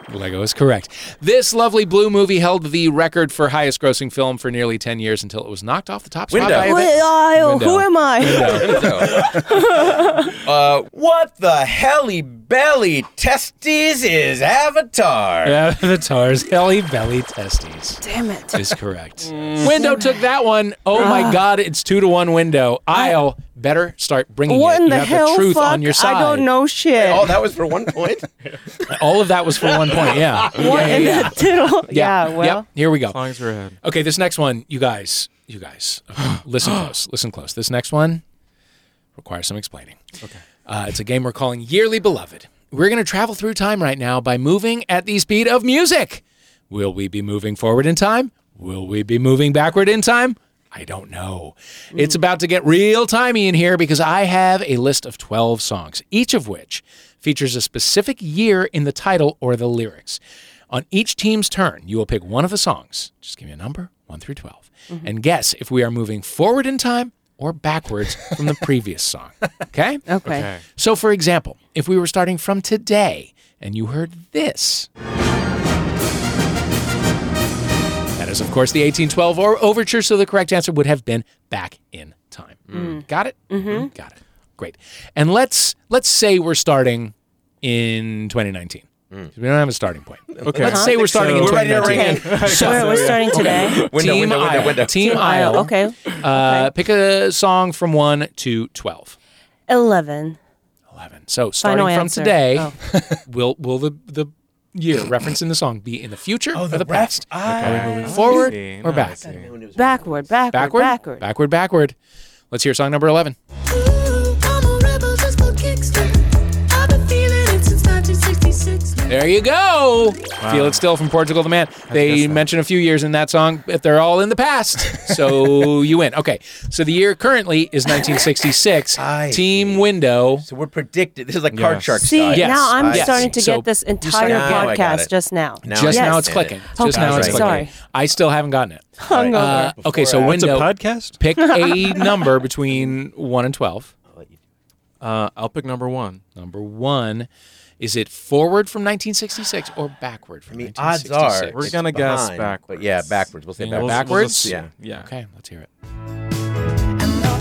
A: Lego is correct. This lovely blue movie held the record for highest grossing film for nearly 10 years until it was knocked off the top spot
D: Window.
A: by a-
C: Wait, Lyle,
A: Window.
C: who am I?
D: uh, what the helly belly testes is Avatar?
A: Avatar's Helly Belly Testes
C: Damn it.
A: is correct.
C: Mm.
A: window took that one. Oh
C: Ah.
A: my God, it's two to one window. I'll better start bringing
C: What
A: it.
C: in
A: you
C: the
A: have
C: hell?
A: the truth
C: fuck?
A: on your side.
C: I don't know shit.
D: Oh, that was for one point?
A: All of that was for one point. Yeah.
C: what
A: yeah,
C: in
A: yeah,
C: the diddle?
A: yeah.
C: Yeah, well,
A: Yep. Here we go.
E: As long as we're ahead.
A: Okay, this next one, you guys, you guys, okay, listen close, listen close. This next one requires some explaining. Okay. Uh, it's a game we're calling Yearly Beloved. We're going to travel through time right now by moving at the speed of music. Will we be moving forward in time? Will we be moving backward in time? I don't know. It's about to get real timey in here because I have a list of 12 songs, each of which features a specific year in the title or the lyrics. On each team's turn, you will pick one of the songs. Just give me a number, 1 through 12, and guess if we are moving forward in time or backwards from the previous song. Okay?
C: okay.
E: Okay.
A: So, for example, if we were starting from today and you heard this, that is, of course, the 1812 or overture. So the correct answer would have been back in time.
C: Mm.
A: Got it? Mm-hmm. Got it. Great. And let's let's say we're starting in 2019. 'Cause We don't have a starting point.
E: Okay.
A: Let's say we're starting in
D: Mm. We're ready to
A: 2019.
D: ring in.
C: Okay. So we're, we're starting today.
D: Window,
A: Team
D: window, window,
A: aisle.
D: window.
A: Team
C: Aisle,
A: aisle.
C: Okay.
A: Uh, Pick a song from 1 to 12.
C: 11.
A: 11. So starting
C: Final
A: from
C: answer.
A: today,
C: Oh.
A: will will the the year reference in the song be in the future
E: Oh,
A: or the past?
E: Are we moving
A: Forward
E: Ah, see,
A: or
E: no,
A: back?
E: see.
C: Backward, backward,
A: Backward?
C: backward.
A: Backward, backward. Let's hear song number 11.
M: I'm a rebel just for kicks. I've been feeling it since 1966.
A: There you go. Feel it still from Portugal the Man. They mention a few years in that song, but they're all in the past. So you win. Okay. So the year currently is 1966. Team Window. So
D: we're predicted. This is like Card Shark
C: See,
D: style.
C: now I'm
A: Yes.
C: starting to
A: So
C: get this
A: you start-
C: entire
A: Now I got
C: podcast
A: it.
C: just now.
A: just
C: Yes.
A: now it's clicking. Just
C: Okay,
A: now it's clicking.
C: sorry.
A: I still haven't gotten it.
C: Hungover.
A: Uh, okay, so
E: Before, uh, It's a
A: window
E: podcast?
A: Pick a number between one and twelve.
E: Uh, I'll pick number one.
A: Number one. Is it forward from 1966 or backward from I mean,
D: Odds are
E: We're
D: it's
E: gonna guess
D: behind,
E: backwards.
D: But yeah, backwards. We'll say
E: Yeah,
D: backwards.
E: we'll- we'll just-
A: Backwards?
D: yeah.
E: yeah.
A: Okay, let's hear it.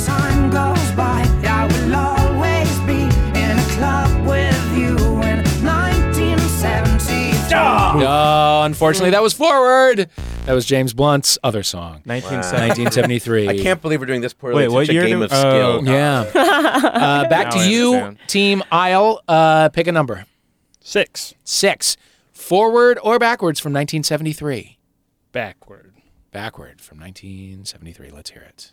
M: time goes by, I will always be in a club with you in 1970.
A: No, unfortunately, that was forward. That was James Blunt's other song.
D: 1973.
A: 1973.
D: I can't believe we're doing this poorly.
A: Wait,
D: It's
A: what
D: such
A: year
D: a game
A: do-
D: of
A: oh.
D: skill.
A: Yeah. Uh, back
D: Now
A: to
D: I
A: you,
D: understand.
A: Team Isle. Uh, pick a number.
B: Six.
A: Six. Forward or backwards from 1973?
B: Backward.
A: Backward from 1973. Let's hear it.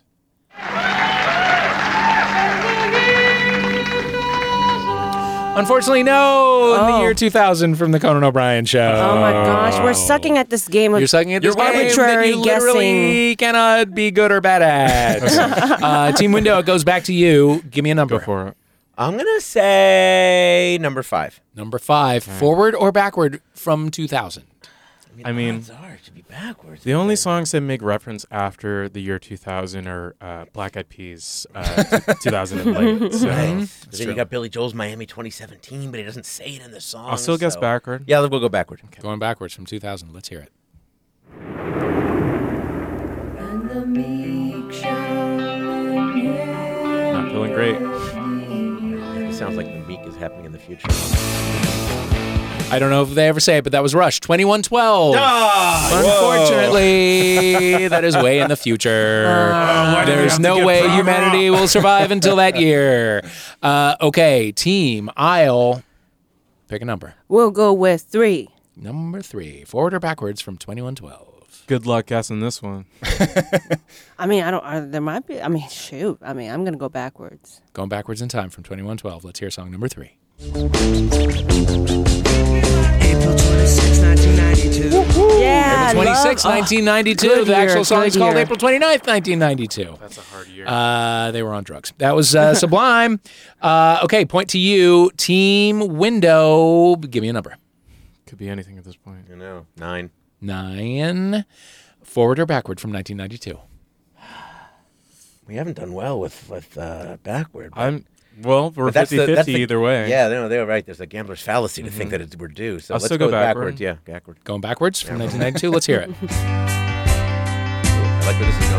A: Unfortunately, no. In the
C: Oh.
A: year 2000 from the Conan O'Brien show.
C: Oh my gosh, we're sucking at this game of
A: You're sucking at this
C: your
A: game
C: arbitrary
A: that you
C: guessing.
A: literally cannot be good or bad at. uh, Team Window, it goes back to you. Give me a number. Go
E: for it.
A: I'm gonna say number five. Number five, forward or backward from 2000.
E: I mean, The only songs that make reference after the year 2000 are uh, Black Eyed Peas, uh, 2000 and late. So
D: Right.
E: it's
D: But then
E: true.
D: you got Billy Joel's Miami 2017, but he doesn't say it in the song.
E: I'll still guess
D: so-
E: backward.
D: Yeah, we'll go backward.
A: Going backwards from 2000. Let's hear it.
E: Not feeling great.
D: It sounds like the meek is happening in the future.
A: I don't know if they ever say it, but that was Rush. 2112.
M: Ah,
A: Unfortunately, that is way in the future.
M: Uh, why do we
A: There's
M: have to
A: no
M: get
A: way
M: drama?
A: humanity will survive until that year. Uh, okay, team, I'll pick a number.
C: We'll go with three.
A: Number three, forward or backwards from 2112.
E: Good luck guessing this one.
C: I mean, I don't. Uh, there might be. I mean, shoot. I mean, I'm gonna go backwards.
A: Going backwards in time from 2112. Let's hear song number three.
M: April 26, 1992.
C: Yeah,
A: April 26, 1992. the actual song is called April 29th, 1992.
E: That's a hard year.
A: Uh, they were on drugs. That was uh, Sublime. Uh, okay, point to you. Team Window, give me a number.
E: Could be anything at this point.
D: You know, nine.
A: Nine. Forward or backward from 1992?
D: We haven't done well with with uh, backward. but-
E: I'm well. We're
D: but that's the-
E: 50
D: that's
E: 50
D: the-
E: either way.
D: Yeah, no, they were right. There's a gambler's fallacy to think
E: Mhm.
D: that it's, we're due. So
E: I'll
D: let's
E: still
D: go,
E: go
D: with
E: backward.
D: backwards. Yeah, backward.
A: Going backwards from
D: Yeah.
A: 1992. Let's hear it.
D: I like where this is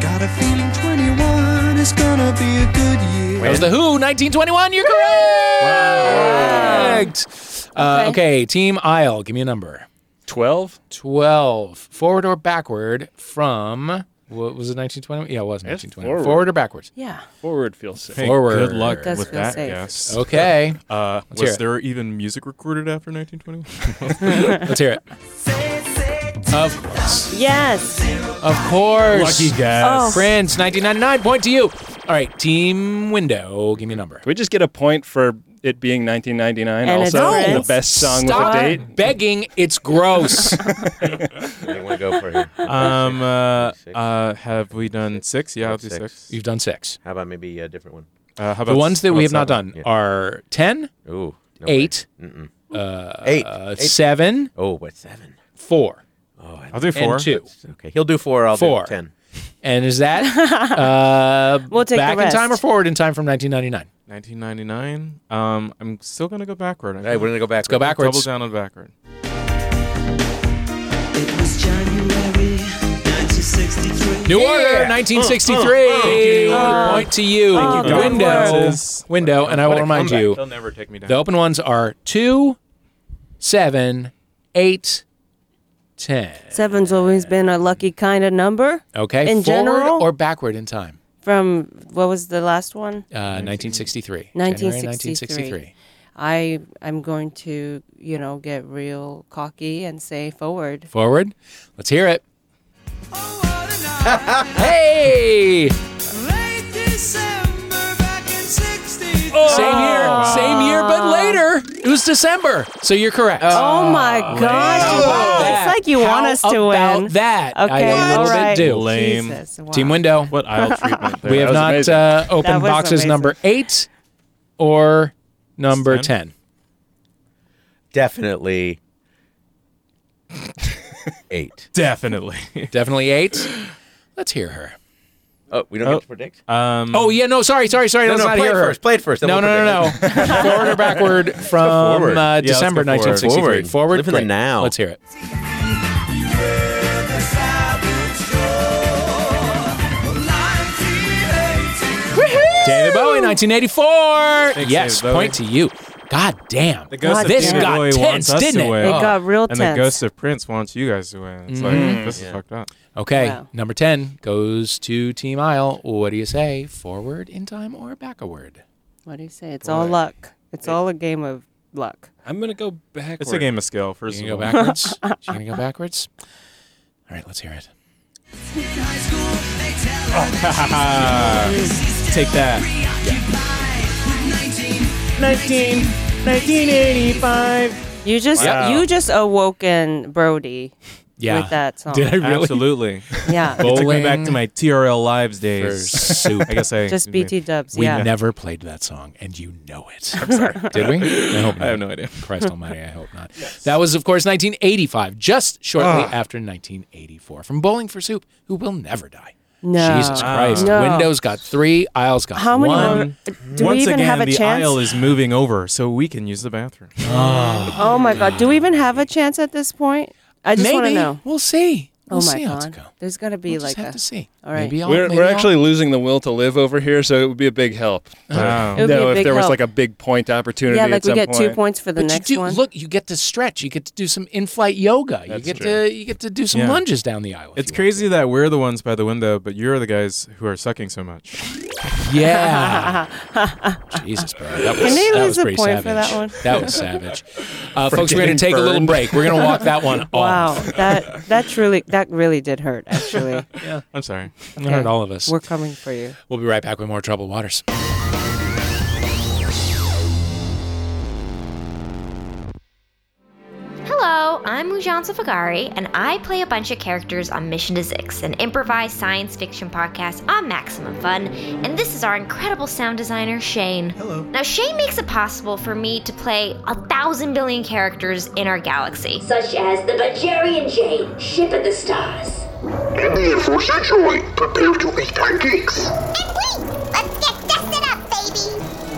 D: going.
M: Got a feeling 21 is gonna be a good year.
A: That was The Who, 1921. You're correct. Uh, okay. Team Isle, give me a number.
B: 12?
A: 12. Forward or backward from, what was it, 1921? Yeah, it was
B: It's
A: 1920. Forward.
B: forward.
A: or backwards?
C: Yeah.
B: Forward feels safe.
E: Hey,
A: Forward.
E: Good luck
A: Does
E: with
A: feel
E: that
A: safe.
E: guess.
A: Okay.
E: Uh,
A: Let's hear
E: was
A: it.
E: there even music recorded after 1920?
A: Let's hear it. Of course.
C: Yes.
A: Of course.
E: Lucky guess. Oh.
A: Prince, 1999. Point to you. All right, Team Window, give me a number.
B: Can we just get a point for it being 1999
A: And it's
B: also?
A: Prince.
B: The best song
A: Stop
B: with a date?
A: begging. It's gross.
D: want to go for here.
E: um, uh, uh, have we done six? Yeah, I'll do six.
A: You've done six.
D: How about maybe a different one?
E: Uh, how about
A: the ones that
E: how
A: we have
E: about
A: not
E: seven?
A: done are 10,
D: Ooh, no
A: 8,
D: way. Mm-mm.
A: uh,
D: Eight.
A: uh,
D: Oh, Eight.
A: 7.
D: Oh, what, seven?
A: 4.
D: Oh, I-
E: I'll do four.
A: And 2.
D: Okay, he'll do four. I'll
A: Four.
D: do ten.
A: And is that uh,
C: We'll take the
A: back in time or
C: rest.
A: forward in time from 1999?
E: 1999. Um, I'm still gonna go backward.
D: Hey, we're gonna go
A: Let's go backwards.
E: Double down on backward.
M: It was January 1963.
A: New Order, 1963. Point to you,
E: Thank you, God.
A: window,
E: Francis.
A: window, and I
E: What
A: will
E: a
A: remind
E: comeback.
A: you.
E: They'll never take me down.
A: The open ones are two, seven, eight, ten.
C: Seven's always been a lucky kind of number.
A: Okay,
C: In
A: forward
C: general,
A: or backward in time?
C: from what was the last one?
A: Uh, 1963. January
C: 1963. I I'm going to you know get real cocky and say forward.
A: Forward. Let's hear it. hey!
M: Late December back in 63.
E: Oh. Ah.
A: Same year, same year, but later. It was was December. So you're correct.
C: Oh, my gosh. Wow. It's like you want
A: How
C: us to
A: about
C: win.
A: that? I
C: Okay.
A: a little
C: all right.
A: bit do.
E: Lame.
C: Jesus, wow.
A: Team Window.
E: What aisle treatment there.
A: We have
E: That was
A: not
E: amazing.
A: uh,
C: That
A: opened
C: was
A: boxes
C: amazing.
A: number eight or number 10.
D: Definitely eight.
E: Definitely.
A: Definitely eight. Let's hear her.
D: Oh, we don't
E: Oh,
D: get to predict.
E: Um,
A: Oh yeah, no, sorry, sorry, sorry.
D: No,
A: let's
D: no,
A: not
D: play
A: hear
D: it
A: her.
D: first, play it first, then
A: No,
D: we'll
A: no, no,
D: predict
A: no. forward or backward from
D: forward. Yeah,
A: uh,
D: let's go
A: December
D: forward.
A: 1963.
D: Forward. Live in the
A: great.
D: now.
A: Let's hear it. David Bowie, 1984.
E: Thanks,
A: yes,
E: David Bowie.
A: point to you. God damn.
E: The ghost of
A: this
E: David
A: got
E: Bowie
A: tense,
E: wants us
A: didn't
E: to
A: it?
E: win. and
A: tense.
E: the ghost of Prince wants you guys to win. It's
A: Mhm.
E: like this
A: Yeah.
E: is fucked up.
A: Oh, Okay,
E: Wow.
A: number 10 goes to Team Isle. What do you say? Forward in time or backward?
C: What do you say? It's all luck. It's all a game of luck.
B: I'm gonna go backwards.
E: It's a game of skill. First,
A: You
E: of
A: gonna go
E: all.
A: backwards? you gonna go backwards? All right, let's hear it.
E: Oh, Take that.
M: 19, 1985.
C: You just
E: Wow.
C: you just awoken Brody.
E: Yeah.
C: With that song.
E: Absolutely.
C: Yeah.
E: It took me back
A: Bowling
E: to my TRL Lives days.
A: for soup.
E: I guess I
C: Just BT dubs,
A: We
C: yeah.
A: never played that song, and you know it.
E: I'm sorry.
A: Did we? I hope
E: I have
A: not.
E: no idea.
A: Christ Almighty, I hope not. That was, of course, 1985, just shortly
E: Ah.
A: after 1984, from Bowling for Soup, who will never die.
C: No.
A: Jesus
E: Ah.
A: Christ.
C: No.
A: Windows got three, Isles got
C: How many
A: one.
C: more- do
E: Um, Once
C: we even
E: again,
C: have a
E: the
C: chance?
E: aisle is moving over, so we can use the bathroom.
C: Oh my God! Do we even have a chance at this point? I just want to
A: Maybe.
C: know.
A: We'll see.
C: Oh
A: We'll
C: my
A: see how
C: God!
A: it's
C: There's gonna be
A: We'll just
C: like
A: have to
C: a,
A: see.
C: All right.
A: Maybe I'll-
B: We're,
A: maybe
B: we're
A: I'll-
B: actually losing the will to live over here, so it would be a big help.
E: Wow.
C: It would be
B: No,
C: a
B: if
C: big
B: there was
C: help.
B: like a big point opportunity.
C: yeah, like
B: at
C: we
B: some
C: get two
B: point.
C: points for the
A: But
C: next
A: you do,
C: one.
A: Look, you get to stretch. You get to do some in-flight yoga. you get
E: true.
A: to you get to do some
E: Yeah.
A: lunges down the aisle.
E: It's crazy that we're the ones by the window, but you're the guys who are sucking so much.
A: Yeah. Jesus, bro. That was,
C: Can they
A: that
C: lose
A: was
C: a
A: pretty
C: point for
A: savage.
C: that one?
A: That was savage. Uh,
E: For
A: folks, we're going
E: getting
A: to take a little
E: burned.
A: break. We're going to walk that one
C: Wow,
A: off.
C: that that truly that really did hurt. Actually,
A: Yeah.
E: I'm sorry.
A: It hurt all of us.
C: We're coming for you.
A: We'll be right back with more Troubled Waters.
N: Hello, I'm Mujansa Fagari, and I play a bunch of characters on Mission to Zix, an improvised science fiction podcast on Maximum Fun, and this is our incredible sound designer, Shane. Hello. Now, Shane makes it possible for me to play a thousand billion characters in our galaxy, such as the Bajarian Jade, Ship of the Stars.
M: In the info sanctuary, prepare to eat pancakes.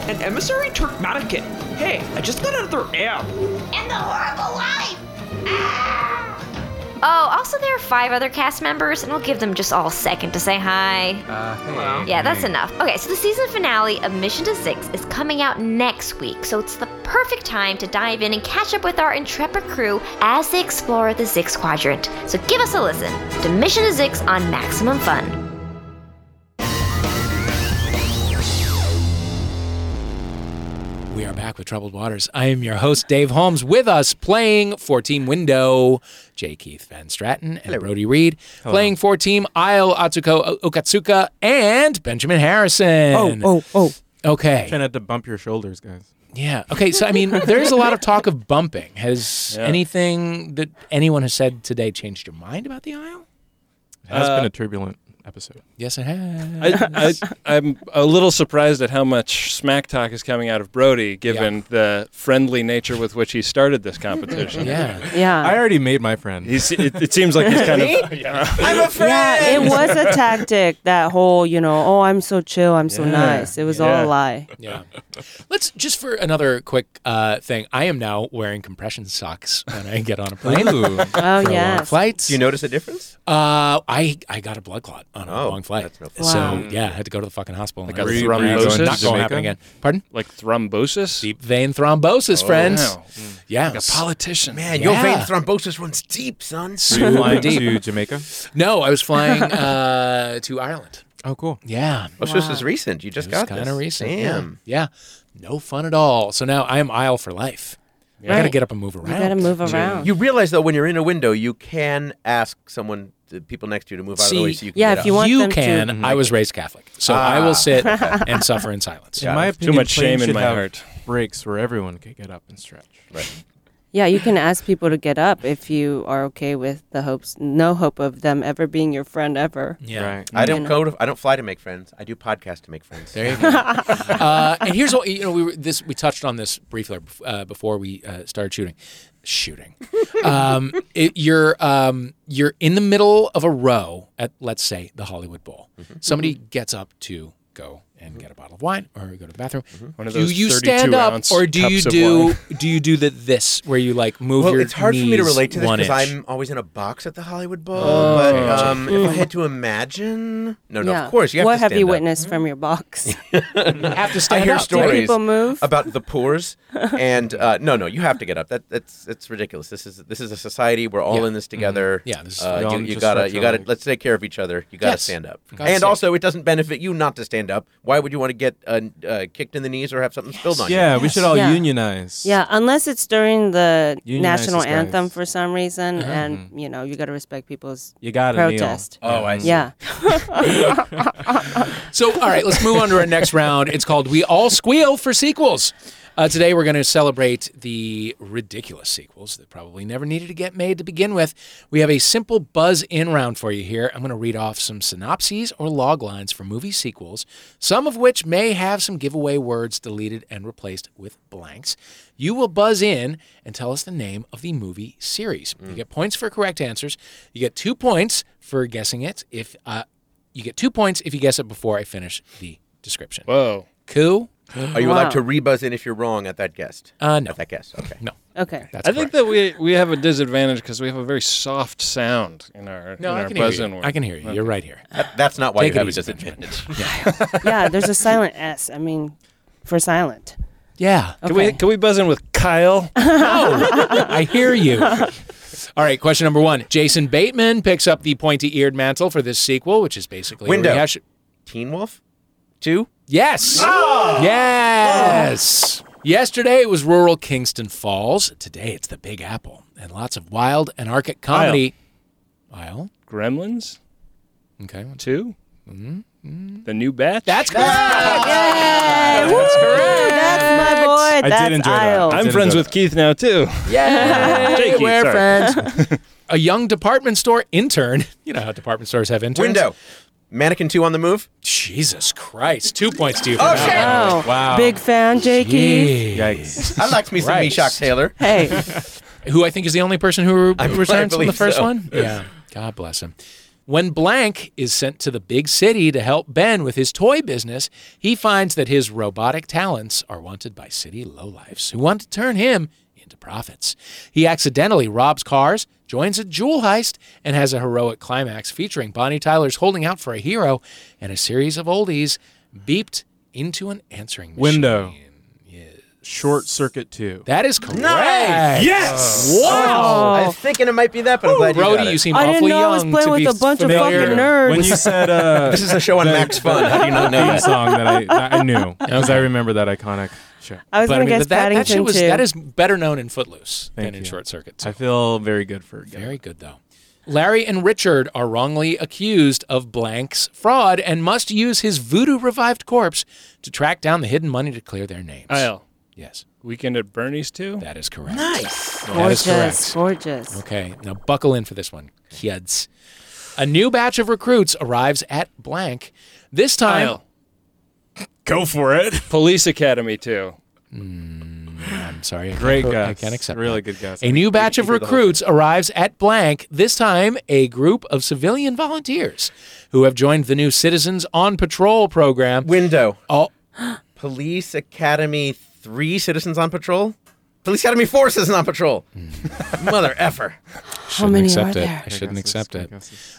O: An emissary Turkmatican. Hey, I just got another app.
N: and the horrible life. Oh, also there are five other cast members, and we'll give them just all a second to say hi.
M: Uh, hello.
N: Yeah, that's enough. Okay, so the season finale of Mission to Six is coming out next week, so it's the perfect time to dive in and catch up with our intrepid crew as they explore the Six Quadrant. So give us a listen to Mission to Six on Maximum Fun.
A: We are back with Troubled Waters. I am your host, Dave Holmes. With us playing for Team Window, J. Keith Van Stratton and Brody Reed.
E: Hello.
A: Playing for Team Isle Atsuko O- Okatsuka and Benjamin Harrison.
E: Oh,
A: oh, oh. Okay.
E: Try not to bump your shoulders, guys.
A: Yeah. Okay. So, I mean, there's a lot of talk of bumping. Has
E: Yeah.
A: anything that anyone has said today changed your mind about the aisle?
E: It has
B: Uh,
E: been a turbulent episode.
A: Yes, it has.
B: I, I, I'm a little surprised at how much smack talk is coming out of Brody, given the friendly nature with which he started this competition.
A: Yeah.
C: Yeah.
E: I already made my friend.
B: He's, it, it seems like he's kind of.
M: I'm a
C: Yeah, it was a tactic. That whole, you know, oh, I'm so chill, I'm so
A: Yeah.
C: nice. It was all a
A: Yeah.
C: lie.
A: Yeah. Let's just for another quick uh, thing. I am now wearing compression socks when I get on a plane.
D: Ooh.
A: for
C: Oh,
A: long
C: yes.
A: Flights.
D: Do you notice a difference?
A: Uh, I I got a blood clot on a
D: Oh,
A: long flight.
D: that's no
A: so
D: fun. Wow.
A: yeah, I had to go to the fucking hospital.
B: Like
A: and
B: a
A: it was- it was
B: thrombosis?
A: Not going to happen
B: Jamaica?
A: again. Pardon?
B: Like thrombosis?
A: Deep vein thrombosis,
B: Oh.
A: friends.
B: Wow.
C: Mm.
A: Yeah.
B: Like a politician.
D: Man,
A: Yeah.
D: your vein thrombosis runs deep, son.
E: Were you flying
A: Indeed.
E: to Jamaica?
A: No, I was flying uh, to Ireland.
E: Oh, cool.
A: Yeah.
D: Oh, so this is recent. You just
A: It was
D: got this.
A: kind of recent. yeah.
D: Damn.
A: Yeah. No fun at all. So now I am aisle for life. I got to
C: Right.
A: get up and move around.
C: You gotta move around.
D: You realize though, when you're in a window, you can ask someone, the people next to you, to move out of the way so you can.
C: yeah,
D: get
C: if
D: up.
C: you want them to-
A: can. I was raised Catholic, so I
D: Ah.
A: will sit and suffer in silence.
E: In my opinion, planes should have breaks where everyone could get up and stretch. Right.
C: Yeah, you can ask people to get up if you are okay with the hopes, no hope of them ever being your friend ever.
D: Right. I don't
C: You know?
D: go to, I don't fly to make friends. I do podcasts to make friends.
A: There you go. uh, and here's what you know. We were, this we touched on this briefly uh, before we uh, started shooting. Shooting. Um, it, you're um, you're in the middle of a row at let's say the Hollywood Bowl.
D: Mm-hmm.
A: Somebody gets up to go and get a bottle of wine or go to the bathroom.
D: Mm-hmm.
B: One of
A: do
B: those
A: you
B: 32
A: stand up
B: ounce
A: or do you
B: cups of
A: do
B: wine.
A: do you do the this where you like move
D: well,
A: your
D: it's hard for me to
A: knees
D: relate to this
A: one
D: because
A: inch?
D: I'm always in a box at the Hollywood Bowl.
A: Oh,
D: but
A: okay.
D: um, if I
C: Mm.
D: had to imagine, no, no,
C: Yeah.
D: of course you have
C: what
D: to
C: have
D: stand
C: you
D: up.
C: witnessed from your box?
A: have to
D: I
A: stand
D: hear
A: up.
D: stories
C: Do people move?
D: about the poors, and uh, no, no, you have to get up. That that's it's ridiculous. This is this is a society. We're all
A: Yeah.
D: in this together.
A: Mhm. Yeah, this is-
D: Uh,
A: We all
D: you, you
A: just
D: gotta
A: stretch
D: you
A: our
D: gotta
A: legs.
D: let's take care of each other. You gotta
A: Yes.
D: stand up.
A: For God's
D: And
A: sake.
D: also, it doesn't benefit you not to stand up. Why would you want to get uh, uh, kicked in the knees or have something spilled on you?
E: Mm. Yeah, we should all
C: Yeah.
E: unionize.
C: Yeah, unless it's during the
E: Unionize
C: national
E: these guys.
C: anthem for some reason,
A: Uh-huh. Mm-hmm.
C: and you know you got to respect people's
E: You gotta kneel.
C: protest.
E: Oh,
A: mm.
E: I see.
C: Yeah.
A: So, all right, let's move on to our next round. It's called We All Squeal for Sequels. Uh, today, we're going to celebrate the ridiculous sequels that probably never needed to get made to begin with. We have a simple buzz in round for you here. I'm going to read off some synopses or log lines for movie sequels, some of which may have some giveaway words deleted and replaced with blanks. You will buzz in and tell us the name of the movie series. You get points for correct answers. You get two points for guessing it. If uh, you get two points if you guess it before I finish the description.
B: Whoa.
A: Cool.
D: Are you allowed to rebuzz in if you're wrong at that guest?
A: Uh, no.
D: At that guest. Okay.
A: No.
C: Okay.
A: That's
B: I think that we we have a disadvantage because we have a very soft sound in our
A: No,
B: in
A: I
B: our
A: can hear
B: buzz
A: you.
B: in.
A: I can hear you. You're right here.
D: That- that's not why
A: Take
D: you
A: it
D: have a
A: easy,
D: disadvantage.
C: yeah, there's a silent S. I mean, for silent.
A: Yeah.
B: Can we can we buzz in with Kyle?
A: No, I hear you. All right, question number one. Jason Bateman picks up the pointy-eared mantle for this sequel, which is basically
D: Window.
A: A rehash-
D: Teen Wolf? Two?
A: Yes. Yes. Yesterday it was rural Kingston Falls. Today it's the Big Apple and lots of wild anarchic comedy. Kyle.
B: Gremlins.
A: Okay.
B: 2
A: Mm-hmm.
B: The new batch.
A: That's correct.
C: Yay! Woo! That's my boy. That's Isle.
B: I'm friends with Keith now too.
C: Yeah.
B: Jakey,
A: we're
B: sorry.
A: friends. a young department store intern. You know how department stores have interns.
D: Window. Mannequin two on the move?
A: Jesus Christ. Two points to you for
D: Oh,
A: that.
D: shit.
C: Oh,
A: Wow.
C: Big fan, Jakey.
A: Yikes.
D: I liked me some
A: Christ.
D: Meshock Taylor.
C: Hey.
A: Who I think is the only person who
D: I- I
A: resigns from the
D: believe
A: first
D: so.
A: one. Yeah. God bless him. When Blank is sent to the big city to help Ben with his toy business, he finds that his robotic talents are wanted by city lowlifes who want to turn him into profits. He accidentally robs cars, joins a jewel heist, and has a heroic climax featuring Bonnie Tyler's holding out for a hero and a series of oldies beeped into an answering machine.
E: Window. Short circuit Uh, two.
A: That is correct.
D: Nice.
A: Yes.
D: I
A: Wow.
D: was thinking it might be that, but I'm glad you
A: Brody,
D: got it.
A: you seem
C: I
A: awfully
C: didn't know I was
A: young
C: playing
A: to
C: with
A: be
C: a bunch of
A: familiar.
C: fucking nerds.
E: When you said uh,
D: This is a show on
E: the-
D: Max Fun. How do you not know
E: theme
D: that?
E: song that I, that I knew because I remember that iconic show.
C: I was
A: But
C: gonna
A: I mean,
C: guess
A: but that, that
C: Paddington
A: shit was
C: too.
A: that is better known in Footloose
E: Thank
A: than in
E: you.
A: Short Circuit.
E: I feel very good for getting
A: Very good though. Larry and Richard are wrongly accused of Blank's fraud and must use his voodoo revived corpse to track down the hidden money to clear their names.
E: Oh,
B: Kyle.
A: Yes.
B: Weekend at Bernie's too.
A: That is correct. Nice. That is correct.
C: Gorgeous, gorgeous.
A: Okay, now buckle in for this one, kids. A new batch of recruits arrives at blank. This time,
B: Kyle.
E: Go for it.
B: Police Academy too.
A: I'm sorry, I can't-
E: Great
A: I
E: guess.
A: can't accept.
E: Really good guess.
A: A new batch of recruits arrives at blank. This time, a group of civilian volunteers who have joined the new Citizens on Patrol program.
D: Window.
A: Oh,
D: Police Academy 3 Citizens on Patrol? Police Academy 4 Citizens on Patrol. Mother effer.
C: How many are
A: accept it.
C: there?
A: I shouldn't accept it.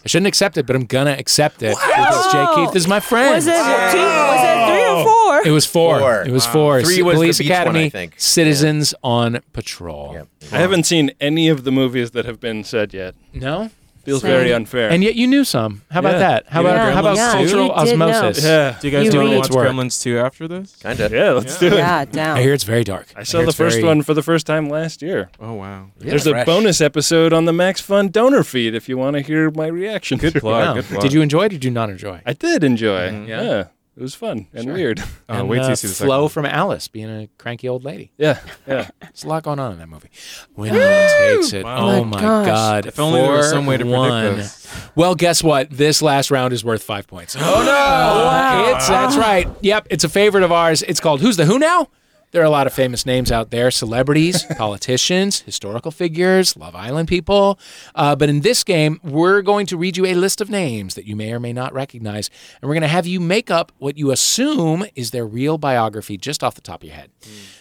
A: I shouldn't accept it, but I'm gonna accept it because Jay
C: Wow.
A: Keith is my friend.
C: Was it two? Was it three or four?
A: It was four.
D: Four.
A: It was
D: Wow.
A: four.
D: Three was the
A: Police
D: beach one, I
A: Academy,
D: think.
A: Citizens on Patrol.
B: I haven't seen any of the movies that have been said yet.
A: No.
B: Feels very unfair.
A: And yet you knew some. How about
B: Yeah.
A: that? How
E: You
A: about
E: know
A: how about
C: Gremlins too?
A: cultural
C: You did know.
A: osmosis?
B: Yeah.
E: Do you guys
C: You
E: do want to
C: read-
E: watch Gremlins 2 after this?
D: Kind of.
B: yeah, let's do it.
C: Yeah, down.
A: I hear it's very dark.
B: I saw the first one for the first time last year.
E: Oh, wow.
B: There's a bonus episode on the Max Fun donor feed if you want to hear my reaction. Oh, Good
E: plug. Wow. Good plug.
A: Did you enjoy it or did you not enjoy?
B: I did enjoy.
E: Mhm.
B: Yeah.
A: Yeah.
B: It It was fun and weird.
A: Oh, wait till you see the Flo from Alice being a cranky old lady.
B: Yeah, yeah.
A: There's a lot going on in that movie. Winnie
B: Woo!
A: takes it.
B: Wow.
A: Oh my
B: My gosh.
A: god!
B: If only there was some way to predict
A: Four-one.
B: this.
A: Well, guess what? This last round is worth five points. Oh no! It's that's right. Yep, it's a favorite of ours. It's called Who's the Who Now. There are a lot of famous names out there: celebrities, politicians, historical figures, Love Island people. Uh, but in this game, we're going to read you a list of names that you may or may not recognize, and we're going to have you make up what you assume is their real biography just off the top of your head.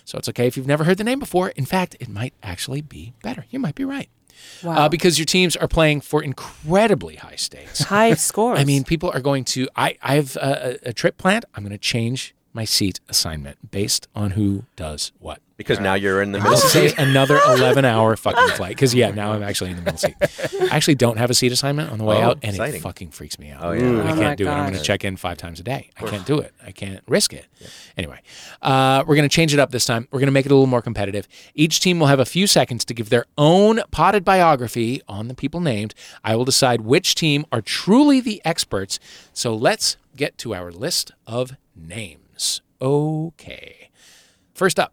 A: So it's okay if you've never heard the name before. In fact, it might actually be better. You might be right. Uh, because your teams are playing for incredibly high stakes.
C: High scores.
A: I mean, people are going to. I, I have a, a a trip planned. I'm going to change my seat assignment based on who does what.
D: Because now you're in the middle
A: This is
D: seat.
A: a- another 11 hour fucking flight. Because, yeah, now I'm actually in the middle seat. I actually don't have a seat assignment on the way
D: Oh,
A: out, and
D: exciting.
A: it fucking freaks me out.
D: Oh, yeah.
A: I
D: Oh, my
A: can't do it. I'm going
D: gosh.
A: to check in five times a day. I can't do it. I can't risk it. Anyway, uh, we're going to change it up this time. We're going to make it a little more competitive. Each team will have a few seconds to give their own potted biography on the people named. I will decide which team are truly the experts. So let's get to our list of names. Okay. First up,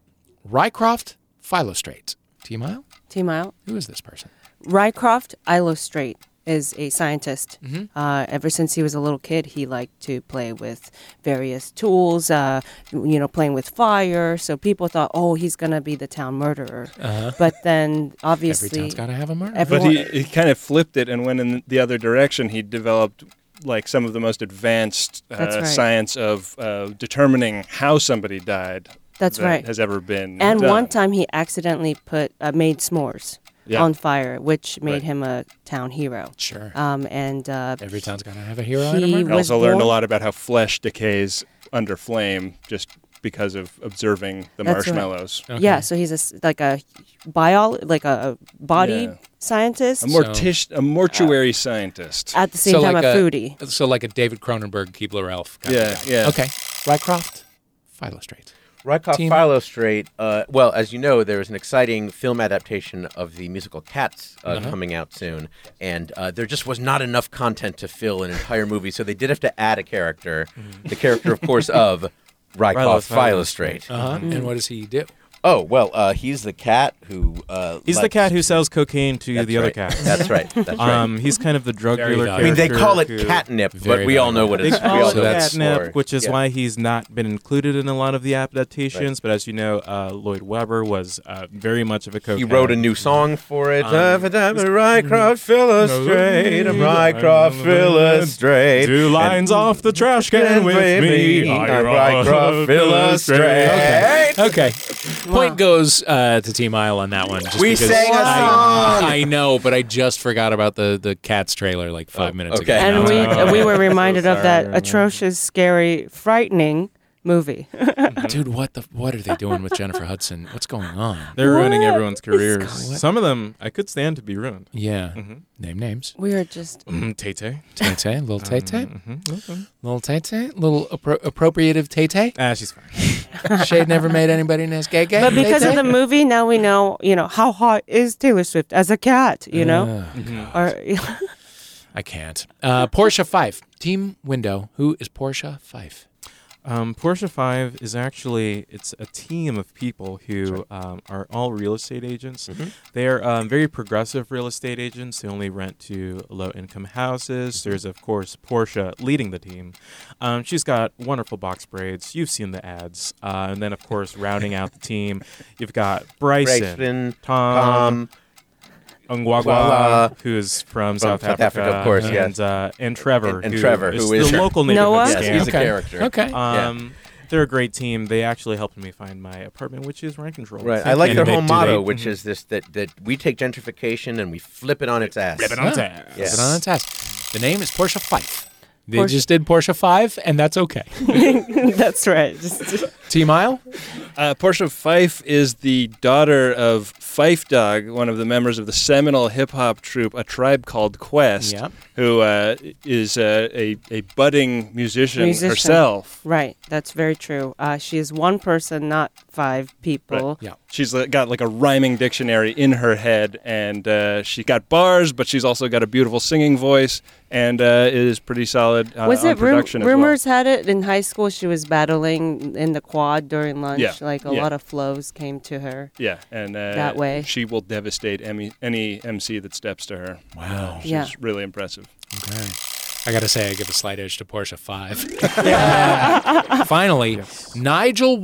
A: Rycroft Philostrate. Team Mile?
C: Team Mile.
A: Who is this person?
C: Rycroft Illustrate is a scientist.
A: Mm-hmm.
C: Uh, ever since he was a little kid, he liked to play with various tools, uh, you know, playing with fire. So people thought, oh, he's going to be the town murderer.
B: Uh-huh.
C: But then obviously.
A: town's gotta have a murderer.
B: but
C: Everyone,
B: he, he kind of flipped it and went in the other direction. He developed like some of the most advanced uh,
C: That's right.
B: science of uh, determining how somebody died.
C: That's
B: that
C: right.
B: Has ever been uh,
C: and
B: done.
C: one time he accidentally put uh, made s'mores
B: Yeah.
C: on fire, which made
B: Right.
C: him a town hero.
A: Sure.
C: Um, and uh,
A: Every town's got to have a hero
C: he
A: and a murderer.
B: I also
C: was
B: learned a
C: born-
B: lot about how flesh decays under flame just because of observing the
C: That's right.
B: marshmallows.
C: Yeah, so he's a s like a bio like a body
B: Yeah.
C: scientist.
B: A, mortish, a mortuary scientist.
C: At the same time, a foodie.
A: So like a David Cronenberg, Keebler Elf. kind
B: Yeah,
A: of guy.
B: yeah.
A: Okay. Rycroft, Philostrate.
D: Rykoff
A: Team-
D: Philostrate, uh, well, as you know, there is an exciting film adaptation of the musical Cats uh,
A: Uh-huh.
D: coming out soon, and uh, there just was not enough content to fill an entire movie, so they did have to add a character. The character, of course, of Rykoff
A: Ryloth
D: Philostrate.
A: Uh-huh. And what does he do?
D: Oh well, uh, he's the cat who. Uh,
E: He's the
D: likes-
E: cat who sells cocaine to the other
D: right.
E: cat.
D: That's right. That's right.
E: Um, he's kind of the drug
D: Very
E: dealer.
D: valuable. I mean, they
E: character
D: call it
E: who-
D: catnip, but Very we all know what
E: They
D: it's- we
E: call
D: all
E: it
D: know what it's
E: catnip,
D: for.
E: which is
D: Yeah.
E: why he's not been included in a lot of the adaptations. But as you know, uh, Lloyd Webber was uh, very much of a cocaine.
D: He wrote a new song for it.
E: Um,
D: Um, Rycroft Philostrate,
E: No.
D: Rycroft Philostrate.
E: Two lines off the trash can with me.
D: I'm Rycroft
A: Okay.
D: Philostrate.
A: okay. Point goes uh, to Team Isle on that one. just
D: We
A: because
D: sang a
A: I,
D: song!
A: I know, but I just forgot about the the Cats trailer like five minutes
D: Oh, okay.
A: ago.
C: and we
A: Now it's-
C: we were reminded of
E: sorry,
C: that
E: man.
C: atrocious, scary, frightening movie.
A: Dude, what the what are they doing with Jennifer Hudson? What's going on?
E: They're ruining
C: What
E: everyone's careers.
A: going-
E: Some of them I could stand to be ruined.
A: Yeah.
D: Mm-hmm.
E: Mhm.
A: Name names.
C: we are just
E: Mm, Tay-Tay.
A: Mm-hmm. Tay Tay, little Tay Tay,
D: Um.
E: Mhm.
A: little Tay Tay, little appro- appropriative Tay Tay.
E: Ah, she's fine.
A: Shade never made anybody in his gay gay.
C: but because of
A: Tay-Tay.
C: the movie, now we know you know how hot is Taylor Swift as a cat. You know, Mm-hmm.
A: Ugh.
C: or
A: I can't. Uh, Portia Fife, Team Window. Who is Portia Fife?
E: Um, Porsche Five is actually it's a team of people who um, are all real estate agents.
A: Mm-hmm.
E: They are um, very progressive real estate agents. They only rent to low income houses. There's of course Portia leading the team. Um, she's got wonderful box braids. You've seen the ads, uh, and then of course rounding out the team, you've got Bryson,
D: Bryson,
E: Tom.
D: Tom,
E: Ngwagwa, who's from, South,
D: South
E: Africa,
D: Africa, of course,
E: and,
D: yes.
E: uh, and Trevor,
D: And- and Trevor, who
E: the
D: is-
E: local neighborhood
C: Noah?
E: scam.
D: Yes, he's a
A: Okay.
D: character.
A: Okay.
E: Um, they're a great team. They actually helped me find my apartment, which is rent control.
D: Right. I like
E: And
D: their
E: they-
D: whole
E: do
D: motto,
E: they-
D: which is this: that that we take gentrification and we flip it on its ass.
E: Flip it on its ass.
A: Yes.
D: Yes.
A: on the test. The name is Portia Fife. They
C: Portia-
A: just did Portia Five, and that's okay.
C: that's right. Just,
A: Team Isle.
B: Uh, Portia Fife is the daughter of Fife Dog, one of the members of the seminal hip hop troupe, A Tribe Called Quest,
A: Yep.
B: who uh, is uh, a, a budding musician,
C: Musician.
B: herself.
C: Right, that's very true. Uh, she is one person, not five people.
A: Yeah.
B: She's li- got like a rhyming dictionary in her head, and uh, she got bars, but she's also got a beautiful singing voice and uh, is pretty solid solid uh,
C: was
B: on
C: it rum-
B: production as well.
C: rumors had it in high school she was battling in the quad during lunch?
B: Yeah,
C: Like a
B: yeah.
C: lot of flows came to her.
B: Yeah, and uh,
C: that way.
B: she will devastate any, any MC that steps to her.
A: Wow.
B: she's
C: Yeah.
B: really impressive.
A: Okay. I gotta say, I give a slight edge to Porsche five. Yeah. Finally, Nigel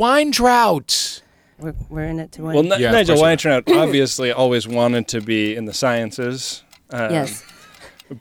A: Weintraut.
C: We're, we're in it to win.
B: Well, N-
A: Yeah, of
B: Nigel
A: course
B: Weintraub obviously always wanted to be in the sciences. um,
C: Yes.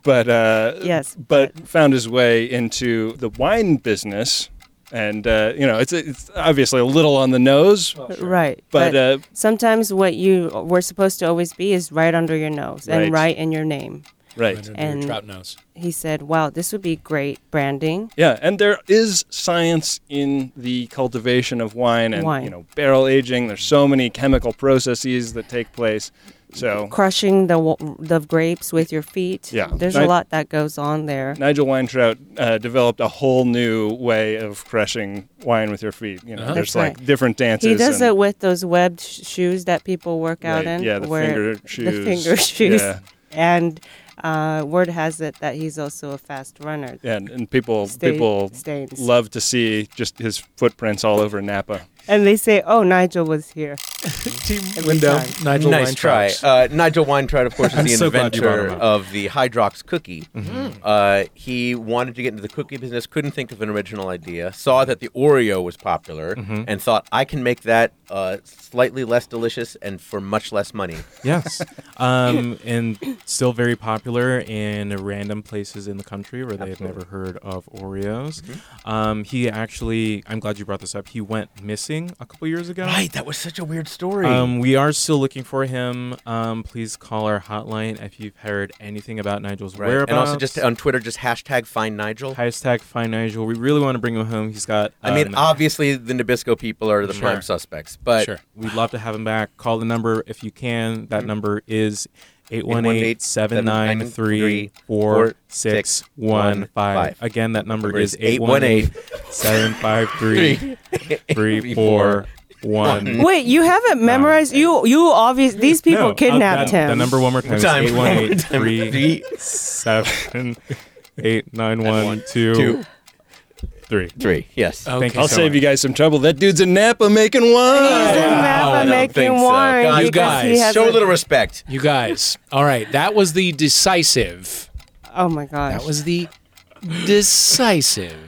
B: But uh,
C: Yes,
B: but, found his way into the wine business, and uh, you know it's it's obviously a little on the nose.
C: Right.
B: But, uh,
C: sometimes what you were supposed to always be is right under your nose
B: Right.
C: and right in your name.
B: Right. Right under your
C: And
B: trout nose.
C: He said, "Wow, this would be great branding."
B: Yeah, and there is science in the cultivation of wine and
C: Wine.
B: you know barrel aging. There's so many chemical processes that take place. So
C: Crushing the wa- the grapes with your feet.
B: Yeah.
C: There's
B: Ni-
C: a lot that goes on there.
B: Nigel Weintraut uh, developed a whole new way of crushing wine with your feet. You know,
C: Uh-huh.
B: there's
C: That's right.
B: like different dances.
C: He does
B: and,
C: it with those webbed sh- shoes that people work out
B: Right,
C: in.
B: yeah, the
C: where-
B: finger
C: The
B: shoes.
C: finger shoes.
B: Yeah.
C: And uh, word has it that he's also a fast runner.
B: and, and people
C: Stain-
B: people
C: stains.
B: love to see just his footprints all over Napa.
C: And they say, "Oh, Nigel was here." Team
A: Nigel
D: nice try.
A: Weintraub.
D: Uh, Nigel Weintraub, of course, is
A: I'm
D: the
A: so glad you brought him
D: inventor
A: up.
D: of the Hydrox cookie.
A: Mhm.
D: Uh, he wanted to get into the cookie business, couldn't think of an original idea, saw that the Oreo was popular,
A: Mm-hmm.
E: Mhm.
D: and thought, I can make that uh, slightly less delicious and for much less money.
E: Yes. Um, and still very popular in random places in the country where they've never heard of Oreos.
D: Mm-hmm.
E: Um, he actually, I'm glad you brought this up, he went missing a couple years ago.
D: Right, that was such a weird story.
E: Um, we are still looking for him. Um, please call our hotline if you've heard anything about Nigel's
D: right.
E: whereabouts.
D: And also just on Twitter, just hashtag find Nigel.
E: Hashtag find Nigel. We really want to bring him home. He's got.
D: I mean,
E: um,
D: obviously, the Nabisco people are the prime suspects, but
E: we'd love to have him back. Call the number if you can.
D: Mm-hmm.
E: That number is 818-793-4615. Again, that number is 818-753-3415.
C: Wait, you haven't memorized? You you obviously these people
E: No,
C: kidnapped
E: uh, that-
C: him.
E: The number one more time.
D: Time.
E: Eight one eight three
D: Three.
E: seven eight nine one two
A: oh.
D: two,
E: three
D: three. Yes.
E: Thank you
B: I'll
E: so
B: save
E: much.
B: you guys some trouble. That dude's in Napa making wine.
C: He's in Napa
A: I don't
C: making
A: think so.
C: wine.
A: God, you
C: because he
A: guys,
C: has
A: show
C: a-
A: a little
D: respect.
A: You guys. All right, that was the decisive.
C: Oh my gosh.
A: That was the decisive.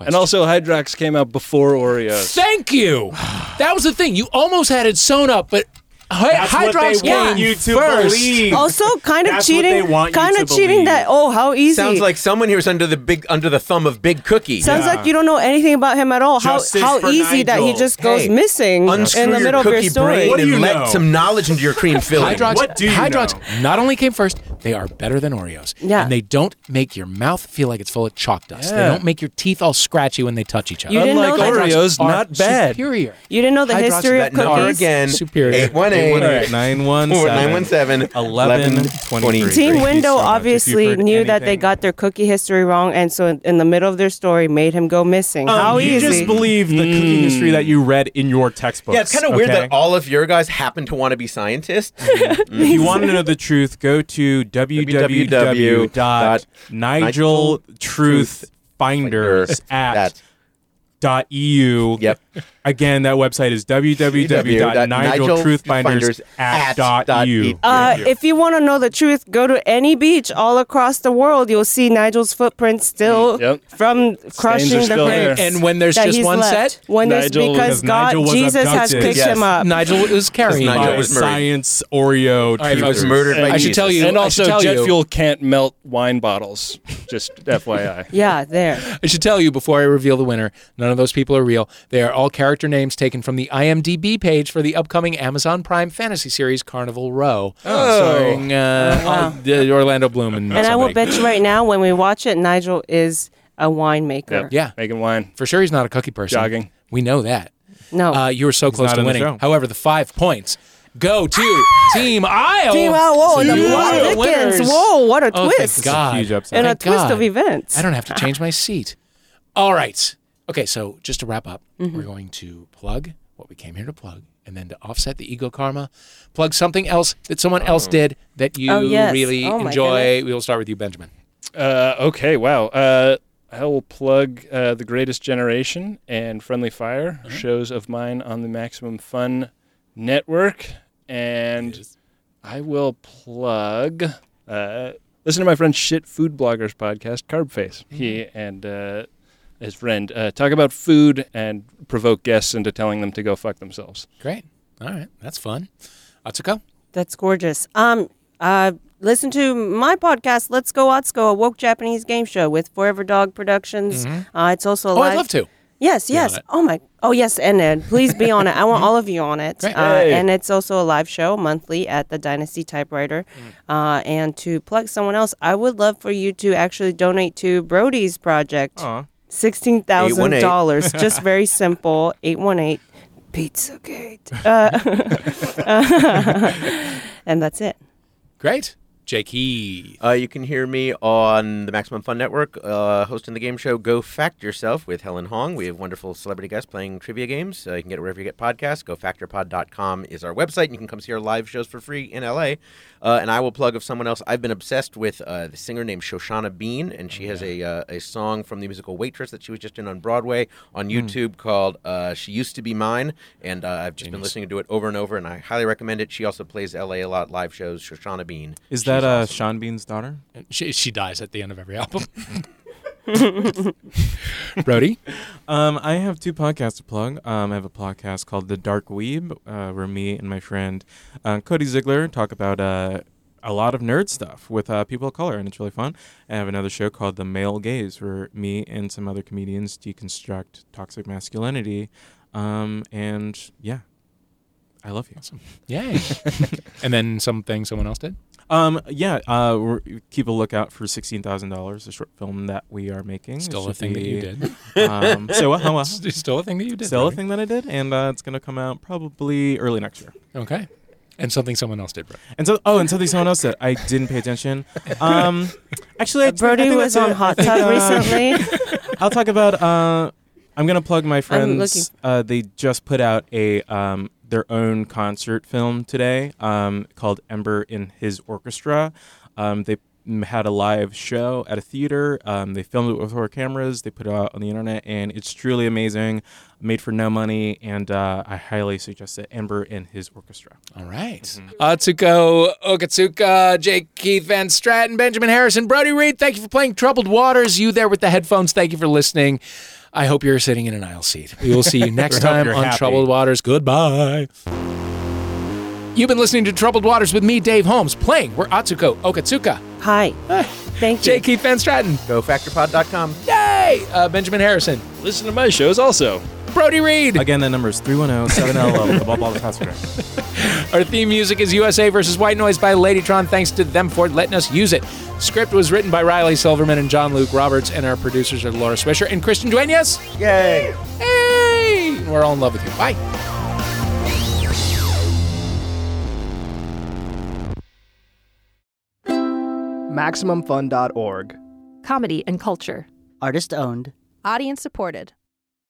B: And also, Hydrox came out before Oreos.
A: Thank you. That was the thing. You almost had it sewn up, but hy-
B: That's what
A: Hydrox
B: they want
A: came
B: you to
A: first.
D: believe.
C: Also, kind of
D: That's what they
C: cheating.
D: want you
C: Kind
D: to
C: of cheating. That oh, how easy.
D: Sounds like someone here is under the big under the thumb of Big Cookie.
C: Sounds like you don't know anything about him at all.
D: Justice
C: how how
D: for
C: easy that he
D: Nigel.
C: just goes
D: Hey,
C: missing
D: Unscrew
C: in the
D: your
C: middle of your
D: cookie
C: story.
D: brain and let some knowledge into your cream filling.
A: Hydrox, Hydrox not only came first, they are better than Oreos.
C: Yeah.
A: And they don't make your mouth feel like it's full of chalk dust. They
C: Yeah.
A: don't make your teeth all scratchy when they touch each other.
C: You didn't know that-
A: Hydrox
C: Oreos,
A: are
C: not bad.
A: Superior.
C: You didn't know the
A: Hydrox
C: history of
A: that number
C: cookies.
A: again. Superior.
D: 818
E: 917 1123.
C: Team Window
E: Thank you so much. If you've
C: obviously
E: heard
C: knew that they
E: anything-
C: got their cookie history wrong, and so in, in the middle of their story, made him go missing.
E: Um,
C: How
E: you
C: easy!
E: just believe the cookie history that you read in your textbooks.
D: Yeah, it's kind of weird
E: okay?
D: that all of your guys happen to want to be scientists.
E: If you want to know the truth, go to www.nigeltruthfinders at dot eu. Yep. Again, that website is www.nigeltruthfinders at dot E eu.
C: Uh, if you want to know the truth, go to any beach all across the world. You'll see Nigel's footprints
A: Mm,
C: still from crushing the
A: still
C: grapes.
A: there. And when there's
C: that
A: just
C: he's
A: one
C: left.
A: set?
C: when there's
A: Nigel-
C: because
A: Because
C: God,
A: Nigel was
C: Jesus has
A: abducted.
C: picked
A: Yes.
C: him up.
A: Nigel was carrying
E: Nigel
A: him.
E: was science Oreo.
A: All right, folks,
E: truthers.
A: murdered by I should Jesus. tell you-
B: And
A: I should tell
B: also, jet
A: you-
B: fuel can't melt wine bottles. Just FYI.
C: Yeah, there.
A: I should tell you before I reveal the winner, none of those people are real. They are all character names taken from the IMDb page for the upcoming Amazon Prime fantasy series Carnival Row,
C: Oh.
A: starring uh,
C: Oh, wow.
A: uh, Orlando Bloom and,
C: And I will
A: somebody.
C: bet you right now, when we watch it, Nigel is a winemaker.
A: Yeah,
B: making wine
A: for sure. He's not a cookie person.
B: Jogging.
A: We know that.
C: No,
A: uh, you were so close
E: Oh. not
A: to
E: in the
A: winning.
E: show.
A: However, the five points go to Team Isle.
C: Team Isle, whoa, the plot thickens. Whoa, what a
A: oh,
C: twist.
A: Thank God.
E: Huge upset.
C: And a
A: Thank
C: twist of
A: God.
C: events.
A: I don't have to change my seat. All right. Okay, so just to wrap up,
C: Mm-hmm.
A: we're going to plug what we came here to plug, and then to offset the ego karma, plug something else that someone else did that you
C: Oh, yes.
A: really
C: Oh, my
A: enjoy.
C: goodness.
A: We will start with you, Benjamin.
B: Uh, okay, wow. Uh, I will plug uh, The Greatest Generation and Friendly Fire, shows of mine on the Maximum Fun Network. And I will plug. Uh, listen to my friend Shit Food Bloggers podcast, Carb Face. He and uh, his friend uh, talk about food and provoke guests into telling them to go fuck themselves.
A: Great. All right. That's fun. Atsuko? Oh,
C: That's gorgeous. Um, uh, listen to my podcast, Let's Go Otsuko, a woke Japanese game show with Forever Dog Productions.
A: Mhm.
C: Uh, it's also a
A: Oh, I'd
C: live.
A: love to.
C: Yes,
A: Be on
C: yes.
A: it.
C: Oh my. Oh yes, and then please be on it. I want all of you on it. Uh,
A: Great. Hey.
C: and it's also a live show monthly at the Dynasty Typewriter.
A: Mm.
C: Uh, and to plug someone else, I would love for you to actually donate to Brody's project. Sixteen thousand dollars.
M: 818.
C: Just very simple. Eight one eight. Pizzagate. Uh, and that's it.
A: Great. Jakey.
D: Uh, you can hear me on the Maximum Fun Network, uh, hosting the game show Go Fact Yourself with Helen Hong. We have wonderful celebrity guests playing trivia games. Uh, you can get it wherever you get podcasts. GoFactorPod.com is our website, and you can come see our live shows for free in LA. Uh, and I will plug of someone else I've been obsessed with, uh, the singer named Shoshana Bean, and
E: Oh,
D: she has a, uh, a song from the musical Waitress that she was just in on Broadway
E: Hmm.
D: on
A: Mm.
D: YouTube called uh, She Used to Be Mine. And uh, I've just been
A: Genius.
D: listening to it over and over, and I highly recommend it. She also plays LA a lot, live shows, Shoshana Bean.
E: Is
D: She's
E: that uh, Sean Bean's daughter?
A: She, she dies at the end of every album.
E: Brody? Um, I have two podcasts to plug. Um, I have a podcast called The Dark Weeb, uh, where me and my friend uh, Cody Ziegler talk about uh, a lot of nerd stuff with uh, people of color, and it's really fun. I have another show called The Male Gaze, where me and some other comedians deconstruct toxic masculinity. Um, and yeah, I love you.
A: Yay. and then something someone else did?
E: Um, yeah, uh, we're, keep a lookout for sixteen thousand dollars, a short film that we are making. It
A: Still a
E: should
A: thing that you
E: be-
A: did.
E: Um, so what? How,
A: It's- it's still a thing that you did,
E: Still
A: Brody.
E: a thing that I did, and uh, it's gonna come out probably early next year.
A: Okay. And something someone else did, bro.
E: And so, oh, and something someone else said I didn't pay attention. Um, actually, I think- I
C: Brody
E: think
C: was
E: that's
C: on
E: it.
C: Hot
E: I think,
C: Tub
E: uh, I'll talk about. Uh, I'm gonna plug my
C: looking-
E: friends. Uh, they just put out a um, their own concert film today um, called Ember in His Orchestra. Um, they mm, had a live show at a theater. Um, they filmed it with horror cameras. They put it out on the internet, and it's truly amazing. Made for no money, and uh, I highly suggest it. Ember in His Orchestra.
A: All right. Mm-hmm. Atsuko Okatsuka, Jake Keith Van Stratton, Benjamin Harrison, Brody Reed, thank you for playing Troubled Waters. You there with the headphones, thank you for listening. I hope you're sitting in an aisle seat. We will see you next
E: Hope
A: time
E: you're
A: on
E: happy.
A: Troubled Waters. Goodbye. You've been listening to Troubled Waters with me, Dave Holmes, playing. We're Atsuko Okatsuka.
C: Hi. Thank
A: you. Jake Keith Van Stratton.
D: GoFactorPod.com.
A: Yay! Uh, Benjamin Harrison.
B: Listen to my shows also.
A: Brody Reed.
E: Again, the number is 310-7L, above all the password.
A: Our theme music is USA versus White Noise by Ladytron. Thanks to them for letting us use it. Script was written by Riley Silverman and John Luke Roberts, and our producers are Laura Swisher and Christian Duenas.
D: Yay!
A: Hey! We're all in love with you. Bye.
P: MaximumFun.org.
Q: Comedy and culture.
P: Artist owned.
Q: Audience supported.